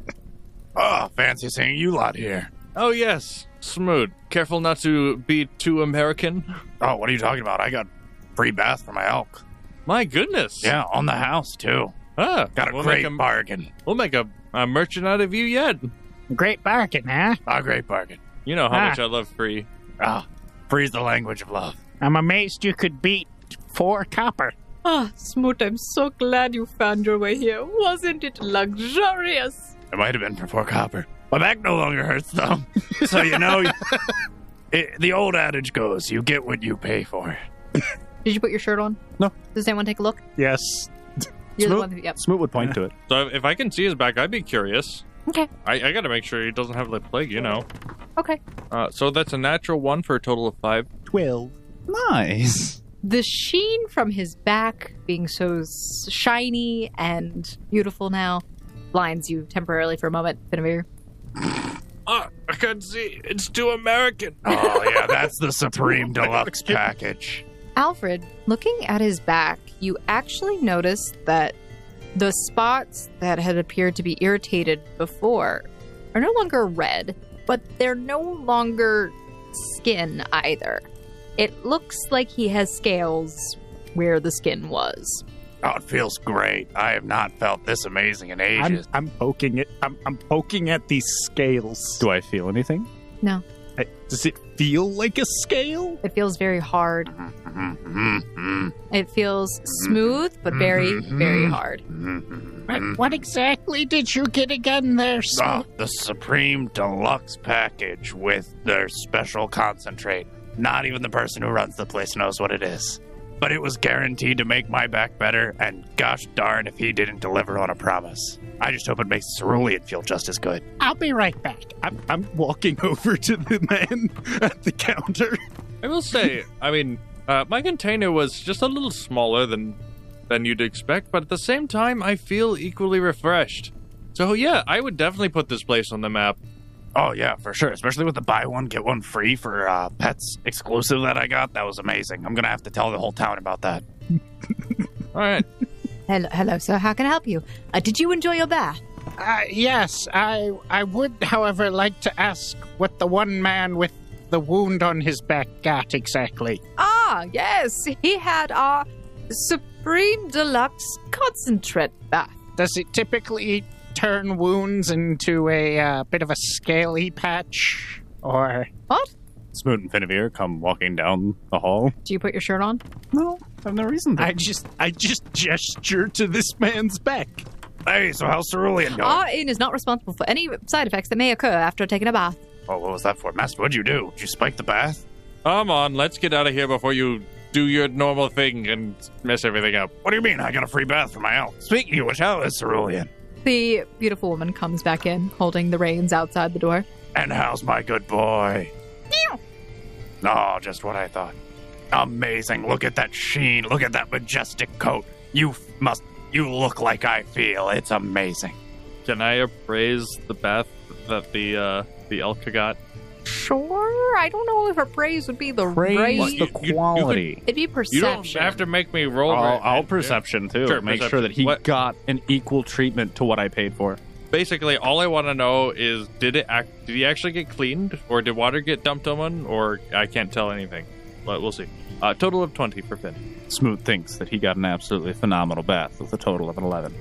Speaker 7: Oh, fancy seeing you lot here.
Speaker 4: Oh yes, smooth. Careful not to be too American.
Speaker 7: Oh, what are you talking about? I got free bath for my elk.
Speaker 4: My goodness.
Speaker 7: Yeah, on the house too.
Speaker 4: Ah,
Speaker 7: Got a
Speaker 4: we'll
Speaker 7: great
Speaker 4: make a-
Speaker 7: bargain.
Speaker 4: We'll make a, a merchant out of you yet.
Speaker 11: Great bargain, huh?
Speaker 7: A Ah, great bargain.
Speaker 4: You know how
Speaker 11: Ah.
Speaker 4: much I love free.
Speaker 7: Ah, free's the language of love.
Speaker 11: I'm amazed you could beat four copper.
Speaker 16: Ah, Smoot, I'm so glad you found your way here. Wasn't it luxurious?
Speaker 7: It might have been for four copper. My back no longer hurts though, so you know. it, the old adage goes: you get what you pay for.
Speaker 9: Did you put your shirt on?
Speaker 34: No.
Speaker 9: Does anyone take a look?
Speaker 34: Yes.
Speaker 9: You're the
Speaker 34: Smoot,
Speaker 9: one who- yep.
Speaker 34: Smoot would point to it.
Speaker 4: So if I can see his back, I'd be curious.
Speaker 9: Okay.
Speaker 4: I, I gotta make sure he doesn't have the plague, you know.
Speaker 9: Okay.
Speaker 4: Uh, so that's a natural one for a total of five.
Speaker 34: Twelve. Nice.
Speaker 9: The sheen from his back being so s- shiny and beautiful now blinds you temporarily for a moment, Guinevere.
Speaker 4: Ah, I can't see. It's too American.
Speaker 7: Oh yeah, that's the supreme deluxe package.
Speaker 9: Alfred, looking at his back, you actually notice that the spots that had appeared to be irritated before are no longer red, but they're no longer skin either. It looks like he has scales where the skin was.
Speaker 7: Oh, it feels great. I have not felt this amazing in
Speaker 5: I'm,
Speaker 7: ages.
Speaker 5: I'm poking it. I'm, I'm poking at these scales.
Speaker 34: Do I feel anything?
Speaker 9: No.
Speaker 5: I, does it feel like a scale?
Speaker 9: It feels very hard.
Speaker 7: Mm-hmm.
Speaker 9: It feels smooth, but very, very hard.
Speaker 7: Mm-hmm. Hmm.
Speaker 11: What, what exactly did you get again there,
Speaker 7: Oh,
Speaker 11: Smoot?
Speaker 7: the supreme deluxe package with their special concentrate. Not even the person who runs the place knows what it is. But it was guaranteed to make my back better, and gosh darn if he didn't deliver on a promise. I just hope it makes Cerulean feel just as good.
Speaker 11: I'll be right back.
Speaker 5: I'm, I'm walking over to the man at the counter.
Speaker 4: I will say, I mean, uh, my container was just a little smaller than than you'd expect, but at the same time, I feel equally refreshed. So yeah, I would definitely put this place on the map.
Speaker 7: Oh yeah, for sure. Especially with the buy one get one free for uh, pets exclusive that I got. That was amazing. I'm gonna have to tell the whole town about that.
Speaker 4: All right.
Speaker 12: Hello, hello, sir. How can I help you? Uh, did you enjoy your bath?
Speaker 11: Uh, yes, I I would, however, like to ask what the one man with the wound on his back got exactly.
Speaker 16: Ah, yes, he had our Supreme Deluxe Concentrate bath.
Speaker 11: Does it typically turn wounds into a uh, bit of a scaly patch, or
Speaker 16: what?
Speaker 35: Smoot and Finavir come walking down the hall.
Speaker 9: Do you put your shirt on?
Speaker 36: No, I've no reason. To.
Speaker 5: I just I just gesture to this man's back.
Speaker 7: Hey, so how's Cerulean going?
Speaker 9: Uh, Ah,
Speaker 16: Our inn is not responsible for any side effects that may occur after taking a bath.
Speaker 7: Oh, what was that for, Master? What'd you do? Did you spike the bath?
Speaker 4: Come on, let's get out of here before you do your normal thing and mess everything up.
Speaker 7: What do you mean? I got a free bath for my elf. Speaking of which, how is Cerulean?
Speaker 9: The beautiful woman comes back in, holding the reins outside the door.
Speaker 7: And how's my good boy?
Speaker 16: Meow.
Speaker 7: Oh, just what I thought. Amazing. Look at that sheen. Look at that majestic coat. You f- must. You look like I feel. It's amazing.
Speaker 4: Can I appraise the bath that the uh, the elk got?
Speaker 16: Sure. I don't know if appraise would be the
Speaker 35: Praise
Speaker 16: right.
Speaker 35: the quality.
Speaker 16: It'd be
Speaker 4: You
Speaker 16: perception.
Speaker 4: don't have to make me roll.
Speaker 35: I'll,
Speaker 4: right-
Speaker 35: I'll perception too.
Speaker 4: Sure,
Speaker 35: make sure
Speaker 4: perception.
Speaker 35: that he
Speaker 4: What-
Speaker 35: got an equal treatment to what I paid for.
Speaker 4: Basically, all I want to know is did it act? Did he actually get cleaned, or did water get dumped on one? Or I can't tell anything. But we'll see. Uh, total of twenty for Finn.
Speaker 35: Smoot thinks that he got an absolutely phenomenal bath with a total of an eleven.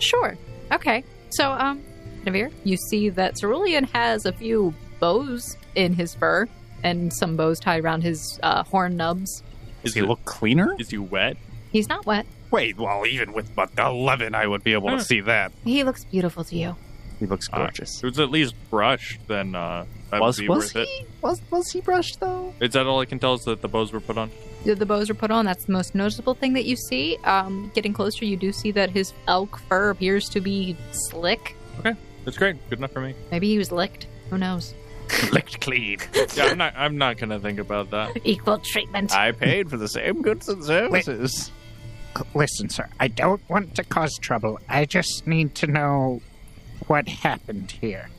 Speaker 9: Sure. Okay. So, um, Navir, you see that Cerulean has a few bows in his fur and some bows tied around his uh, horn nubs.
Speaker 35: Does he look cleaner?
Speaker 4: Is he wet?
Speaker 9: He's not wet.
Speaker 7: Wait, well, even with but 11, I would be able
Speaker 4: Huh.
Speaker 7: to see that.
Speaker 12: He looks beautiful to you.
Speaker 35: He looks
Speaker 4: All right.
Speaker 35: gorgeous.
Speaker 4: It was at least brushed. Then uh, that
Speaker 35: Was-
Speaker 4: would be
Speaker 35: was
Speaker 4: worth
Speaker 9: Was was he brushed though?
Speaker 4: it. Is that all I can tell? Is that the bows were put on?
Speaker 9: The, the bows are put on. That's the most noticeable thing that you see. Um, getting closer, you do see that his elk fur appears to be slick.
Speaker 4: Okay, that's great. Good enough for me.
Speaker 9: Maybe he was licked. Who knows?
Speaker 7: Licked clean.
Speaker 4: Yeah, I'm not. I'm not gonna think about that.
Speaker 37: Equal treatment.
Speaker 36: I paid for the same goods and services.
Speaker 11: Listen, sir, I don't want to cause trouble. I just need to know what happened here.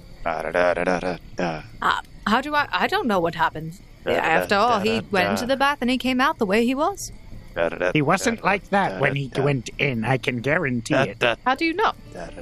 Speaker 7: Da-da-da-da-da-da.
Speaker 12: Uh, how do I? I don't know what happened.
Speaker 7: Da, da,
Speaker 12: After all, he
Speaker 7: da,
Speaker 12: went
Speaker 7: da.
Speaker 12: into the bath and he came out the way he was.
Speaker 7: Da-da-da-da-da.
Speaker 11: He wasn't like that when he went in, I can guarantee it.
Speaker 9: How do you know?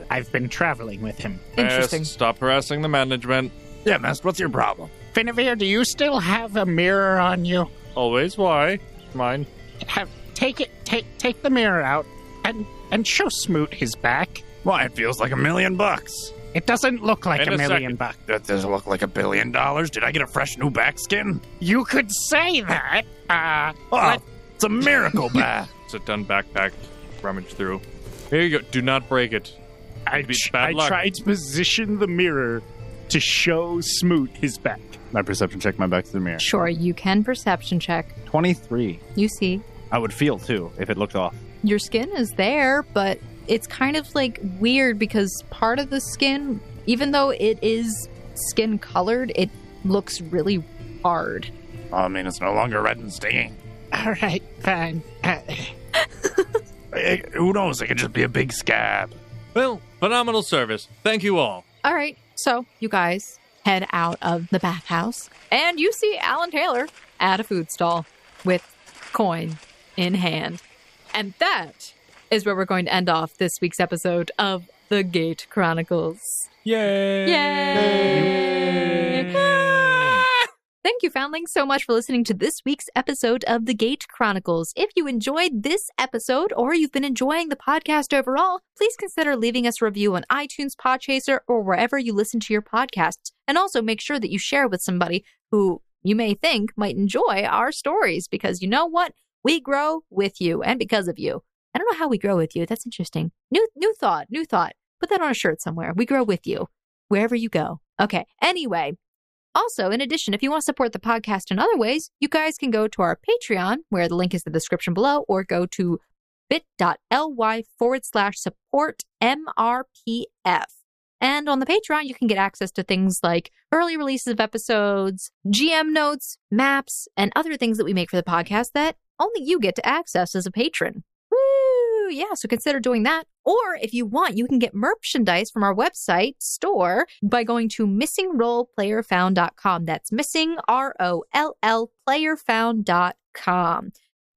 Speaker 11: I've been traveling with him.
Speaker 4: Best, Stop harassing the management.
Speaker 7: Yeah, Master, what's your problem?
Speaker 11: Finavir, do you still have a mirror on you?
Speaker 4: Always why? Mine.
Speaker 11: Have take it take take the mirror out and and show Smoot his back.
Speaker 7: Why, it feels like a million bucks.
Speaker 11: It doesn't look like
Speaker 7: In
Speaker 11: a
Speaker 7: a
Speaker 11: million
Speaker 7: second.
Speaker 11: bucks.
Speaker 7: That doesn't look like a billion dollars. Did I get a fresh new back skin?
Speaker 11: You could say that. Uh
Speaker 7: Oh,
Speaker 11: let-
Speaker 7: it's a miracle bath.
Speaker 4: It's a done backpack. Rummage through. Here you go. Do not break it.
Speaker 5: I,
Speaker 4: Be-
Speaker 5: tr-
Speaker 4: bad
Speaker 5: I
Speaker 4: luck.
Speaker 5: tried to position the mirror to show Smoot his back.
Speaker 35: My perception check. My back to the mirror.
Speaker 9: Sure, you can perception check.
Speaker 35: Twenty-three.
Speaker 9: You see
Speaker 35: I would feel too if it looked off.
Speaker 9: your skin is there, but it's kind of like weird because part of the skin, even though it is skin colored, it looks really hard.
Speaker 7: I mean, it's no longer red and stinging.
Speaker 11: all right, fine. Uh,
Speaker 7: Eh, who knows? It could just be a big scab.
Speaker 4: Well, phenomenal service. Thank you all.
Speaker 9: All right, so you guys head out of the bathhouse and you see Alan Taylor at a food stall with coin in hand. And that is where we're going to end off this week's episode of The Gate Chronicles.
Speaker 4: Yay!
Speaker 9: Yay! Thank you, Foundlings, so much for listening to this week's episode of The Gate Chronicles. If you enjoyed this episode or you've been enjoying the podcast overall, please consider leaving us a review on iTunes, Podchaser, or wherever you listen to your podcasts. And also make sure that you share with somebody who you may think might enjoy our stories because you know what? We grow with you and because of you. I don't know how we grow with you. That's interesting. New new thought, new thought. Put that on a shirt somewhere. We grow with you wherever you go. Okay. Anyway, also, in addition, if you want to support the podcast in other ways, you guys can go to our Patreon, where the link is in the description below, or go to bit.ly forward slash support MRPF. And on the Patreon, you can get access to things like early releases of episodes, GM notes, maps, and other things that we make for the podcast that only you get to access as a patron. Woo! yeah. So consider doing that. Or if you want, you can get merchandise from our website store by going to missingrollplayerfound.com. That's missing R O L L playerfound.com.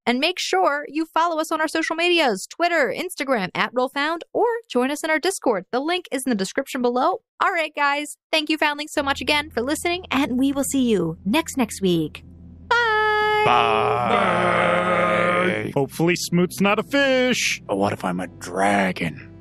Speaker 9: And make sure you follow us on our social medias Twitter, Instagram, at RollFound, or join us in our Discord. The link is in the description below. All right, guys. Thank you, Foundling, so much again for listening, and we will see you next next week. Bye.
Speaker 5: Bye. Hopefully, Smoot's not a fish.
Speaker 7: But what if I'm a dragon?